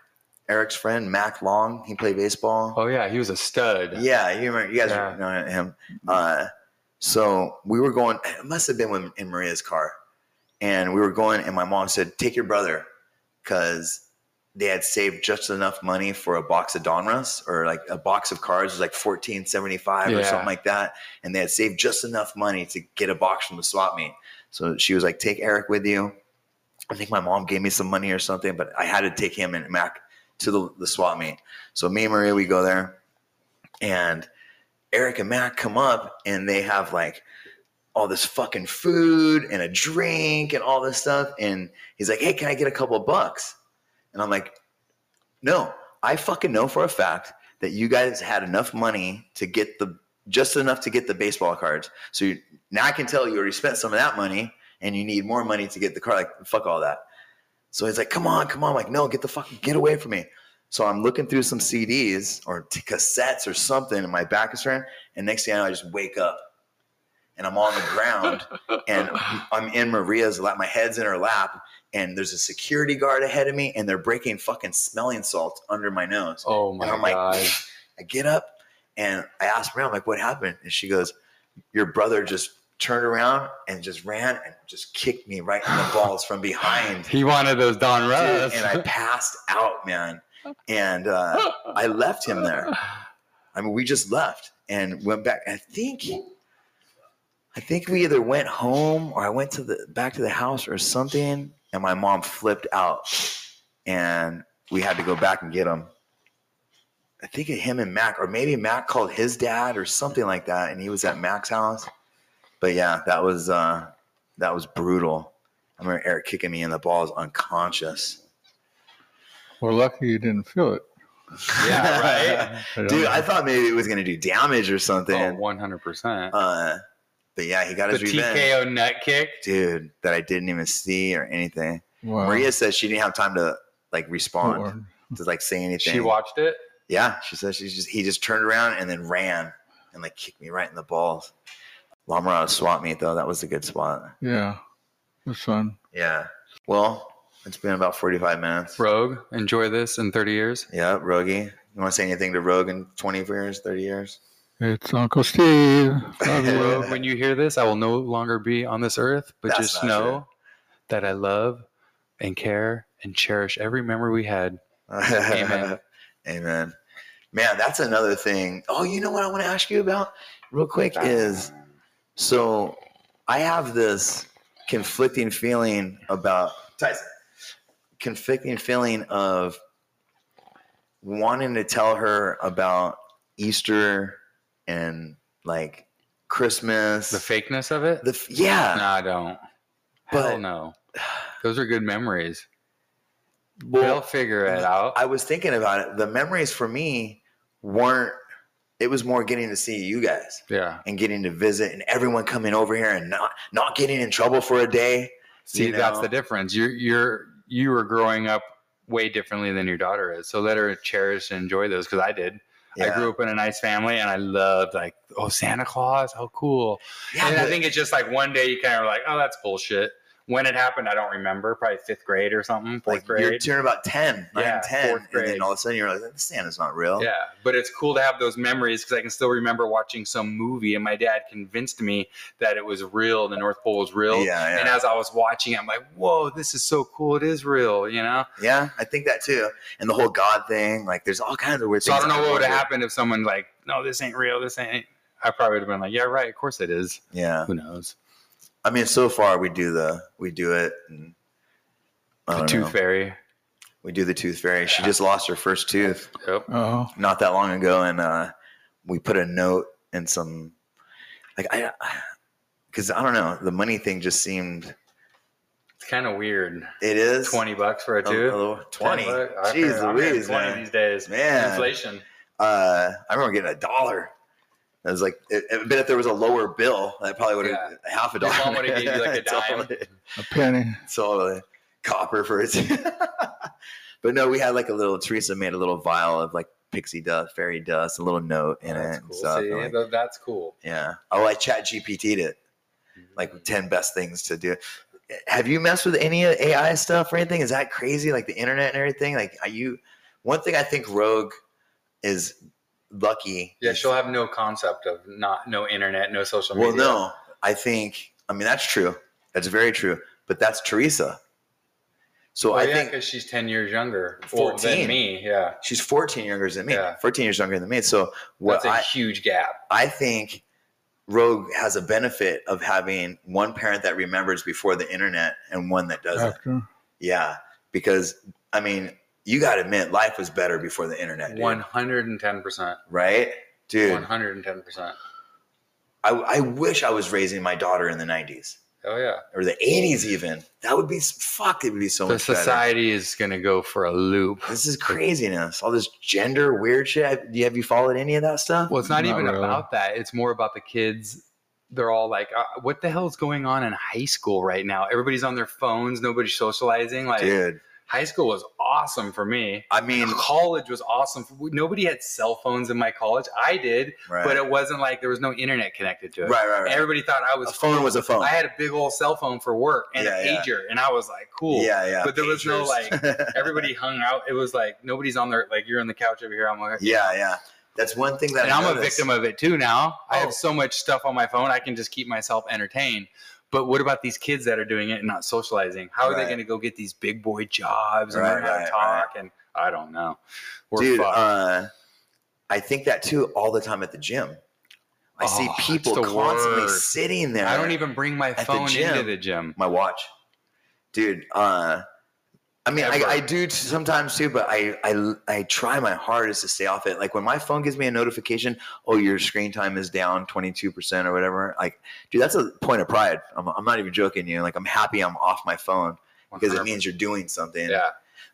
[SPEAKER 4] Eric's friend, Mac Long, he played baseball.
[SPEAKER 3] Oh yeah, he was a stud.
[SPEAKER 4] Yeah, you remember you guys
[SPEAKER 3] Yeah.
[SPEAKER 4] know him. Uh, so we were going. It must have been when, in Maria's car, and we were going. And my mom said, "Take your brother," because they had saved just enough money for a box of Donruss or like a box of cards was like fourteen seventy five or
[SPEAKER 3] Yeah.
[SPEAKER 4] something like that, and they had saved just enough money to get a box from the swap meet. So she was like, "Take Eric with you." I think my mom gave me some money or something, but I had to take him and Mac to the, the swap meet. So me and Maria, we go there, and Eric and Mac come up, and they have like all this fucking food and a drink and all this stuff. And he's like, "Hey, can I get a couple bucks?" And I'm like, "No, I fucking know for a fact that you guys had enough money to get the just enough to get the baseball cards. So you, now I can tell you already spent some of that money, and you need more money to get the card. Like, fuck all that." So he's like, "Come on, come on!" I'm like, "No, get the fuck, get away from me." So I'm looking through some CDs or t- cassettes or something, and my back is turned. And next thing I know, I just wake up, and I'm on the ground, and I'm in Maria's lap. My head's in her lap, and there's a security guard ahead of me, and they're breaking fucking smelling salts under my nose.
[SPEAKER 3] Oh my
[SPEAKER 4] and I'm like,
[SPEAKER 3] god.
[SPEAKER 4] I get up, and I ask Maria, I'm like, "What happened?" And she goes, "Your brother just turned around and just ran and just kicked me right in the balls from behind."
[SPEAKER 3] He wanted those Don
[SPEAKER 4] Dude,
[SPEAKER 3] Russ. *laughs*
[SPEAKER 4] and I passed out, man. And uh, I left him there. I mean, we just left and went back. I think, I think we either went home or I went to the back to the house or something. And my mom flipped out, and we had to go back and get him. I think of him and Mac, or maybe Mac called his dad or something like that, and he was at Mac's house. But yeah, that was uh, that was brutal. I remember Eric kicking me in the balls unconscious.
[SPEAKER 2] We're lucky you didn't feel it.
[SPEAKER 4] *laughs*
[SPEAKER 3] yeah, right.
[SPEAKER 2] don't
[SPEAKER 4] Dude,
[SPEAKER 2] know.
[SPEAKER 4] I thought maybe it was gonna do damage or
[SPEAKER 3] Oh,
[SPEAKER 4] something.
[SPEAKER 3] 100%.
[SPEAKER 4] Uh, but yeah, he got
[SPEAKER 3] the
[SPEAKER 4] his revenge.
[SPEAKER 3] TKO nut kick.
[SPEAKER 4] Dude, that I didn't even see or anything.
[SPEAKER 2] Wow.
[SPEAKER 4] Maria says she didn't have time to like respond
[SPEAKER 2] Lord.
[SPEAKER 4] to like say anything.
[SPEAKER 3] She watched it.
[SPEAKER 4] yeah, she says she just he just turned around and then ran and like kicked me right in the balls. La Mirada swap meet though, that was a good spot.
[SPEAKER 2] Yeah. That's fun.
[SPEAKER 4] Yeah. Well, it's been about forty five minutes.
[SPEAKER 3] Rogue, enjoy this in 30 years.
[SPEAKER 4] yeah, Rogie. You wanna say anything to Rogue in twenty years, thirty years?
[SPEAKER 2] It's
[SPEAKER 3] *laughs*
[SPEAKER 2] Uncle Steve. Love you.
[SPEAKER 3] Rogue, when you hear this, I will no longer be on this earth, but
[SPEAKER 4] That's
[SPEAKER 3] just
[SPEAKER 4] not
[SPEAKER 3] know that I love and care and cherish every memory we
[SPEAKER 4] *laughs*
[SPEAKER 3] had. Amen.
[SPEAKER 4] Amen. Man, that's another thing. Oh, you know what I want to ask you about real quick is so I have this conflicting feeling about Tyson. Conflicting feeling of wanting to tell her about Easter and like Christmas.
[SPEAKER 3] The fakeness of it?
[SPEAKER 4] The f- yeah.
[SPEAKER 3] no, I don't.
[SPEAKER 4] But-
[SPEAKER 3] Hell no. Those are good memories. They'll
[SPEAKER 4] Well,
[SPEAKER 3] figure it out.
[SPEAKER 4] I was thinking about it. The memories for me weren't. It was more getting to see you guys.
[SPEAKER 3] yeah.
[SPEAKER 4] and getting to visit and everyone coming over here and not not getting in trouble for a day.
[SPEAKER 3] See,
[SPEAKER 4] you
[SPEAKER 3] that's
[SPEAKER 4] know?
[SPEAKER 3] the difference. You're you're you were growing up way differently than your daughter is. So let her cherish and enjoy those because I did. I grew up in a nice family and I loved like, oh Santa Claus, how cool.
[SPEAKER 4] Yeah,
[SPEAKER 3] and I
[SPEAKER 4] but-
[SPEAKER 3] think it's just like one day you kind of like, oh that's bullshit. When it happened, I don't remember. Probably fifth grade or something, fourth
[SPEAKER 4] like you're
[SPEAKER 3] grade.
[SPEAKER 4] turning about 10, 9,
[SPEAKER 3] Yeah,
[SPEAKER 4] 10,
[SPEAKER 3] fourth
[SPEAKER 4] and then
[SPEAKER 3] grade.
[SPEAKER 4] all of a sudden you're like, this Santa's not real.
[SPEAKER 3] Yeah, but it's cool to have those memories because I can still remember watching some movie, and my dad convinced me that it was real. The North Pole was real,
[SPEAKER 4] Yeah, yeah.
[SPEAKER 3] and as I was watching, it, I'm like, "Whoa, this is so cool! It is real," you know.
[SPEAKER 4] Yeah, I think that too. And the whole God thing, like there's all kinds of weird
[SPEAKER 3] So I
[SPEAKER 4] things.
[SPEAKER 3] don't know what would have
[SPEAKER 4] wonder.
[SPEAKER 3] happened if someone like, "No, this ain't real. This ain't." I probably would have been like, "Yeah, right. Of course it is.
[SPEAKER 4] Yeah.
[SPEAKER 3] Who knows?"
[SPEAKER 4] I mean, so far we do the we do it and I
[SPEAKER 3] The
[SPEAKER 4] don't
[SPEAKER 3] tooth
[SPEAKER 4] know.
[SPEAKER 3] fairy.
[SPEAKER 4] We do the tooth fairy. She just lost her first tooth.
[SPEAKER 3] Yep.
[SPEAKER 2] Oh,
[SPEAKER 4] not that long ago, and uh, we put a note and some like I because I don't know the money thing just seemed
[SPEAKER 3] kind of weird.
[SPEAKER 4] It is
[SPEAKER 3] Twenty bucks for a
[SPEAKER 4] Oh,
[SPEAKER 3] tube.
[SPEAKER 4] oh, 20.
[SPEAKER 3] Ten bucks? I
[SPEAKER 4] Jeez
[SPEAKER 3] figure- I'm getting
[SPEAKER 4] Louise,
[SPEAKER 3] Twenty
[SPEAKER 4] man.
[SPEAKER 3] these days.
[SPEAKER 4] Man.
[SPEAKER 3] inflation.
[SPEAKER 4] uh, I remember getting a dollar. I was like, I I bet if there was a lower bill, I probably would have half a
[SPEAKER 3] Your
[SPEAKER 4] dollar.
[SPEAKER 3] mom would've gave you,
[SPEAKER 4] *laughs*
[SPEAKER 3] like, a dime.
[SPEAKER 4] Totally.
[SPEAKER 2] A penny.
[SPEAKER 4] totally. Copper for it. *laughs* but no, we had like a little, Teresa made a little vial of like pixie dust, fairy dust, a little note in it
[SPEAKER 3] That's
[SPEAKER 4] and
[SPEAKER 3] cool.
[SPEAKER 4] stuff.
[SPEAKER 3] See,
[SPEAKER 4] and, like,
[SPEAKER 3] tho- that's cool.
[SPEAKER 4] yeah. Oh, I chat GPT'd it, like 10 best things to do. Have you messed with any of AI stuff or anything? Is that crazy? Like the internet and everything? Like, are you, one thing I think Rogue is lucky.
[SPEAKER 3] yeah,
[SPEAKER 4] is-
[SPEAKER 3] she'll have no concept of not no internet, no social
[SPEAKER 4] Well,
[SPEAKER 3] media.
[SPEAKER 4] no, I think I mean that's true. That's very true. But that's Teresa. So
[SPEAKER 3] Well,
[SPEAKER 4] I
[SPEAKER 3] yeah,
[SPEAKER 4] think
[SPEAKER 3] 'cause she's ten years younger well, than
[SPEAKER 4] 14.
[SPEAKER 3] me. Yeah,
[SPEAKER 4] she's 14 younger than me.
[SPEAKER 3] Yeah.
[SPEAKER 4] 14 years younger than me. So
[SPEAKER 3] that's
[SPEAKER 4] what
[SPEAKER 3] a
[SPEAKER 4] I,
[SPEAKER 3] huge gap.
[SPEAKER 4] I think Rogue has a benefit of having one parent that remembers before the internet and one that doesn't.
[SPEAKER 2] After.
[SPEAKER 4] Yeah, because I mean, you got to admit life was better before the internet. dude.
[SPEAKER 3] One hundred and ten percent.
[SPEAKER 4] right? Dude,
[SPEAKER 3] One hundred and ten percent.
[SPEAKER 4] I, I wish I was raising my daughter in the 90s
[SPEAKER 3] Oh yeah.
[SPEAKER 4] or the 80s even. That would be fuck, it would be so
[SPEAKER 3] the
[SPEAKER 4] much better.
[SPEAKER 3] society is gonna go for a loop.
[SPEAKER 4] This is craziness. All this gender weird shit. Have you, have you followed any of that stuff?
[SPEAKER 3] Well, it's not,
[SPEAKER 2] Not
[SPEAKER 3] even
[SPEAKER 2] really.
[SPEAKER 3] about that. It's more about the kids. They're all like, uh, "What the hell is going on in high school right now? Everybody's on their phones. Nobody's socializing. Like,
[SPEAKER 4] Dude,
[SPEAKER 3] high school was awesome for me.
[SPEAKER 4] I mean,
[SPEAKER 3] college was awesome. Nobody had cell phones in my college. I did,
[SPEAKER 4] right,
[SPEAKER 3] but it wasn't like there was no internet connected to it.
[SPEAKER 4] right, right, right.
[SPEAKER 3] Everybody thought I was
[SPEAKER 4] A phone was a phone.
[SPEAKER 3] I had a big old cell phone for work and
[SPEAKER 4] Yeah,
[SPEAKER 3] a
[SPEAKER 4] yeah.
[SPEAKER 3] pager, and I was like, cool.
[SPEAKER 4] Yeah, yeah.
[SPEAKER 3] But there was no,
[SPEAKER 4] Pagers.
[SPEAKER 3] Everybody hung out. It was like nobody's on their like you're on the couch over here. I'm like,
[SPEAKER 4] *laughs* yeah, yeah. That's one thing that
[SPEAKER 3] and
[SPEAKER 4] I
[SPEAKER 3] I'm a
[SPEAKER 4] noticed.
[SPEAKER 3] victim of it too now. I
[SPEAKER 4] Oh.
[SPEAKER 3] have so much stuff on my phone, I can just keep myself entertained. But what about these kids that are doing it and not socializing? How are
[SPEAKER 4] Right.
[SPEAKER 3] they going to go get these big boy jobs and
[SPEAKER 4] Right,
[SPEAKER 3] learn how
[SPEAKER 4] right,
[SPEAKER 3] to talk? And I don't know. We're
[SPEAKER 4] Dude,
[SPEAKER 3] fucked.
[SPEAKER 4] uh, I think that too all the time at the gym. I see
[SPEAKER 3] Oh, it's
[SPEAKER 4] people
[SPEAKER 3] the
[SPEAKER 4] constantly
[SPEAKER 3] worst.
[SPEAKER 4] sitting there.
[SPEAKER 3] I don't even bring my
[SPEAKER 4] the
[SPEAKER 3] phone into
[SPEAKER 4] gym.
[SPEAKER 3] the gym.
[SPEAKER 4] my watch, dude. Uh, I mean, I,
[SPEAKER 3] Ever.
[SPEAKER 4] I do t- sometimes too, but I, I I try my hardest to stay off it. Like when my phone gives me a notification, oh, your screen time is down twenty two percent or whatever. Like, dude, that's a point of pride. I'm, I'm not even joking. You know, like I'm happy I'm off my phone because it
[SPEAKER 3] 100%.
[SPEAKER 4] means you're doing something.
[SPEAKER 3] yeah,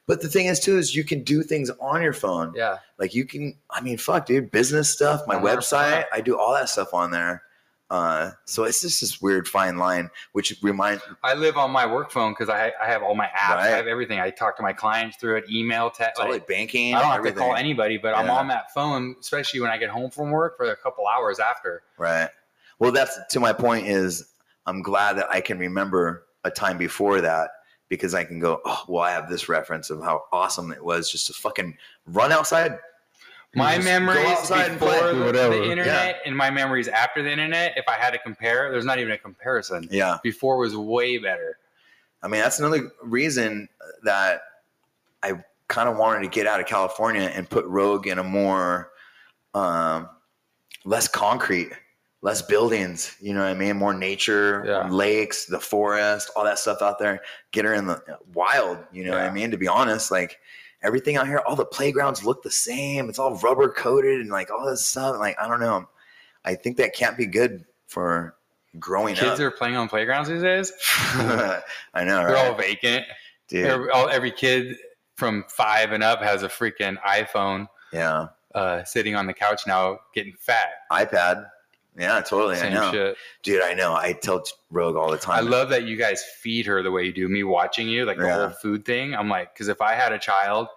[SPEAKER 4] But the thing is too is you can do things on your phone.
[SPEAKER 3] yeah.
[SPEAKER 4] Like you can, I mean, fuck, dude, business stuff, my
[SPEAKER 3] I'm not a
[SPEAKER 4] website,
[SPEAKER 3] fan.
[SPEAKER 4] I do all that stuff on there. Uh, so it's just this weird fine line, which reminds
[SPEAKER 3] I live on my work phone because I, I have all my apps. I
[SPEAKER 4] Right.
[SPEAKER 3] have everything. I talk to my clients through it, email, text.
[SPEAKER 4] all
[SPEAKER 3] like,
[SPEAKER 4] like banking.
[SPEAKER 3] I don't have
[SPEAKER 4] everything.
[SPEAKER 3] to call anybody, but I'm
[SPEAKER 4] Yeah.
[SPEAKER 3] on that phone, especially when I get home from work for a couple hours after.
[SPEAKER 4] Right. Well, that's to my point is I'm glad that I can remember a time before that because I can go, oh, well, I have this reference of how awesome it was just to fucking run outside.
[SPEAKER 3] My
[SPEAKER 4] just go
[SPEAKER 3] memories
[SPEAKER 4] outside
[SPEAKER 3] before
[SPEAKER 4] and play.
[SPEAKER 3] the,
[SPEAKER 2] Do
[SPEAKER 3] the
[SPEAKER 2] whatever.
[SPEAKER 3] internet and my memories after the internet, if I had to compare, there's not even a comparison.
[SPEAKER 4] Yeah.
[SPEAKER 3] Before was way better.
[SPEAKER 4] I mean, that's another reason that I kind of wanted to get out of California and put Rogue in a more um, less concrete, less buildings. You know what I mean? More nature,
[SPEAKER 3] Yeah.
[SPEAKER 4] lakes, the forest, all that stuff out there. Get her in the uh, wild. You know what I
[SPEAKER 3] Yeah.
[SPEAKER 4] mean? To be honest, like everything out here, all the playgrounds look the same. It's all rubber coated and like all this stuff. Like I don't know. I think that can't be good for growing
[SPEAKER 3] Kids
[SPEAKER 4] up.
[SPEAKER 3] are playing on playgrounds these days.
[SPEAKER 4] *laughs* I
[SPEAKER 3] *laughs*
[SPEAKER 4] know,
[SPEAKER 3] They're
[SPEAKER 4] right?
[SPEAKER 3] all vacant.
[SPEAKER 4] Dude,
[SPEAKER 3] Every, all, every kid from five and up has a freaking iPhone
[SPEAKER 4] yeah.
[SPEAKER 3] uh, sitting on the couch now getting fat.
[SPEAKER 4] iPad. Yeah, totally. I
[SPEAKER 3] Same
[SPEAKER 4] know.
[SPEAKER 3] shit.
[SPEAKER 4] Dude, I know. I tell t- Rogue all the time.
[SPEAKER 3] I love that you guys feed her the way you do. Me watching you, like the
[SPEAKER 4] Yeah.
[SPEAKER 3] whole food thing. I'm like, because if I had a child,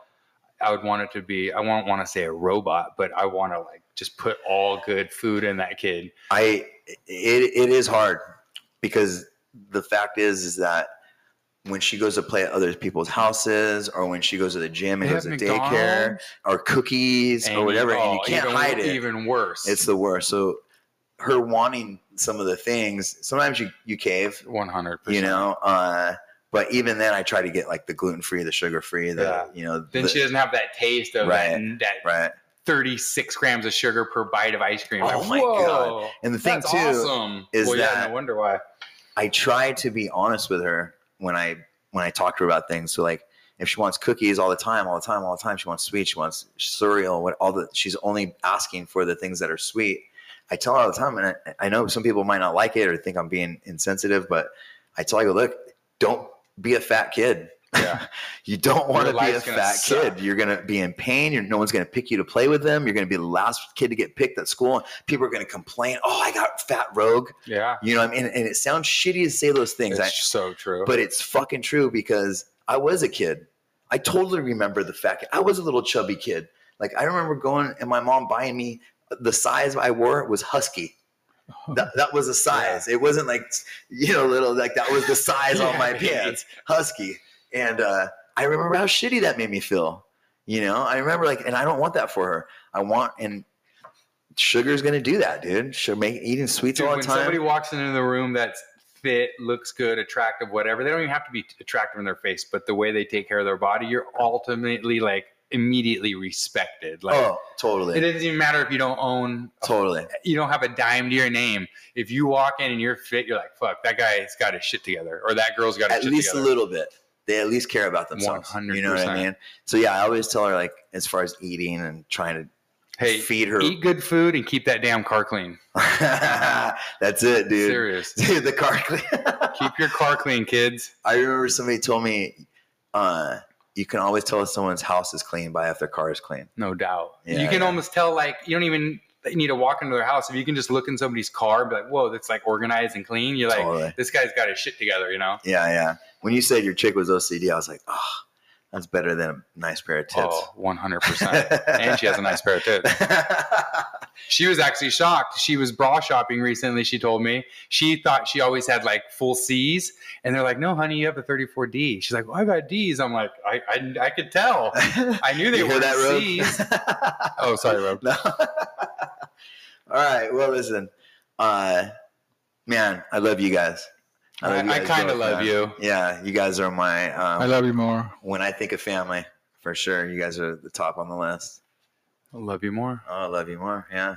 [SPEAKER 3] I would want it to be. I won't want to say a robot, but I want to like just put all good food in that kid.
[SPEAKER 4] I it, it is hard because the fact is is that when she goes to play at other people's houses or when she goes to the gym and
[SPEAKER 3] They
[SPEAKER 4] goes to
[SPEAKER 3] have
[SPEAKER 4] daycare
[SPEAKER 3] McDonald's,
[SPEAKER 4] or cookies
[SPEAKER 3] and
[SPEAKER 4] or whatever, and you
[SPEAKER 3] oh,
[SPEAKER 4] can't
[SPEAKER 3] even,
[SPEAKER 4] hide it.
[SPEAKER 3] Even worse.
[SPEAKER 4] It's the worst. So her wanting some of the things, sometimes you, you cave,
[SPEAKER 3] 100.
[SPEAKER 4] you know. Uh, but even then, I try to get like the gluten free, the sugar free, the
[SPEAKER 3] Yeah.
[SPEAKER 4] you know.
[SPEAKER 3] Then
[SPEAKER 4] the,
[SPEAKER 3] she doesn't have that taste of
[SPEAKER 4] Right.
[SPEAKER 3] that, that
[SPEAKER 4] right.
[SPEAKER 3] 36 grams of sugar per bite of ice cream.
[SPEAKER 4] Oh
[SPEAKER 3] Like,
[SPEAKER 4] my
[SPEAKER 3] whoa,
[SPEAKER 4] And the thing
[SPEAKER 3] that's
[SPEAKER 4] too
[SPEAKER 3] awesome.
[SPEAKER 4] is
[SPEAKER 3] well, yeah,
[SPEAKER 4] that-
[SPEAKER 3] no wonder why.
[SPEAKER 4] I try to be honest with her when I when I talk to her about things. So like if she wants cookies all the time, all the time, all the time, she wants sweet, she wants cereal, what all the she's only asking for the things that are sweet. I tell her all the time, and I, I know some people might not like it or think I'm being insensitive, but I tell her, I go, look, don't be a fat kid.
[SPEAKER 3] Yeah.
[SPEAKER 4] *laughs* you don't want to
[SPEAKER 3] Your
[SPEAKER 4] be a
[SPEAKER 3] life's gonna
[SPEAKER 4] fat
[SPEAKER 3] suck.
[SPEAKER 4] kid. You're going to be in pain. You're, no one's going to pick you to play with them. You're going to be the last kid to get picked at school. People are going to complain, oh, I got fat rogue.
[SPEAKER 3] Yeah.
[SPEAKER 4] You know what I mean? And, it sounds shitty to say those things, I-
[SPEAKER 3] It's so true.
[SPEAKER 4] but it's fucking true because I was a kid. I totally remember the fact I was a little chubby kid. Like I remember going and my mom buying me the size I wore
[SPEAKER 3] *laughs*
[SPEAKER 4] was husky. That, that was a size. It wasn't like you know little like that was the size on my
[SPEAKER 3] Yeah.
[SPEAKER 4] pants, husky. And uh, I remember how shitty that made me feel. You know, I remember like, and I don't want that for her. I want and sugar's gonna do that, dude. She'll make eating sweets
[SPEAKER 3] Dude,
[SPEAKER 4] all
[SPEAKER 3] when
[SPEAKER 4] the time.
[SPEAKER 3] somebody walks into the room that's fit, looks good, attractive, whatever, they don't even have to be attractive in their face, but the way they take care of their body, you're ultimately like immediately respected. Like
[SPEAKER 4] oh,
[SPEAKER 3] it
[SPEAKER 4] totally,
[SPEAKER 3] doesn't even matter if you don't own,
[SPEAKER 4] totally.
[SPEAKER 3] you don't have a dime to your name. If you walk in and you're fit, you're like, fuck, that guy's got his shit together, or that girl's got his
[SPEAKER 4] at
[SPEAKER 3] shit
[SPEAKER 4] least
[SPEAKER 3] together.
[SPEAKER 4] a little bit. They at least care about themselves. You know what I
[SPEAKER 3] 100%.
[SPEAKER 4] mean? So yeah, I always tell her like as far as eating and trying to
[SPEAKER 3] hey,
[SPEAKER 4] feed her.
[SPEAKER 3] eat good food and keep that damn car clean.
[SPEAKER 4] *laughs* That's it, dude.
[SPEAKER 3] Serious.
[SPEAKER 4] *laughs* Dude, the car clean. *laughs*
[SPEAKER 3] keep your car clean, kids.
[SPEAKER 4] I remember somebody told me, uh, you can always tell if someone's house is clean by if their car is clean.
[SPEAKER 3] No doubt.
[SPEAKER 4] Yeah,
[SPEAKER 3] you can
[SPEAKER 4] yeah.
[SPEAKER 3] almost tell like you don't even need to walk into their house. If you can just look in somebody's car and be like, whoa, that's like organized and clean, you're like,
[SPEAKER 4] Totally.
[SPEAKER 3] this guy's got his shit together, you know?
[SPEAKER 4] Yeah, yeah. When you said your chick was OCD, I was like, oh, that's better than a nice pair of tits.
[SPEAKER 3] Oh,
[SPEAKER 4] *laughs*
[SPEAKER 3] 100%. and she has a nice *laughs* pair of tits. She was actually shocked. She was bra shopping recently, she told me. She thought she always had like full C's. And they're like, no, honey, you have a 34D. She's like, well, I got D's. I'm like, I, I, I could tell. I knew they
[SPEAKER 4] *laughs* You
[SPEAKER 3] were
[SPEAKER 4] hear that, Rogue? *laughs*
[SPEAKER 3] C's. *laughs* Oh, sorry, Rob.
[SPEAKER 4] No. *laughs* All right. Well, listen, uh, man, I love you guys.
[SPEAKER 3] I,
[SPEAKER 4] you
[SPEAKER 3] I
[SPEAKER 4] guys
[SPEAKER 3] kind of
[SPEAKER 4] both,
[SPEAKER 3] love
[SPEAKER 4] man.
[SPEAKER 3] you.
[SPEAKER 4] Yeah, you guys are my. Um,
[SPEAKER 2] I love you more.
[SPEAKER 4] when I think of family, for sure, you guys are the top on the list.
[SPEAKER 3] I love you more.
[SPEAKER 4] Oh, I love you more. Yeah.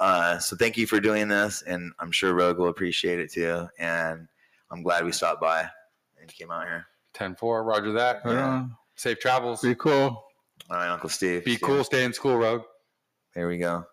[SPEAKER 4] Uh, so thank you for doing this, and I'm sure Rogue will appreciate it too. And I'm glad we stopped by and came out here.
[SPEAKER 3] 10 4, roger that.
[SPEAKER 2] Right
[SPEAKER 4] Yeah.
[SPEAKER 2] on.
[SPEAKER 3] Safe travels.
[SPEAKER 2] Be cool.
[SPEAKER 4] All right, Uncle Steve.
[SPEAKER 3] Be
[SPEAKER 4] See ya.
[SPEAKER 3] cool. Stay in school, Rogue.
[SPEAKER 4] There we go.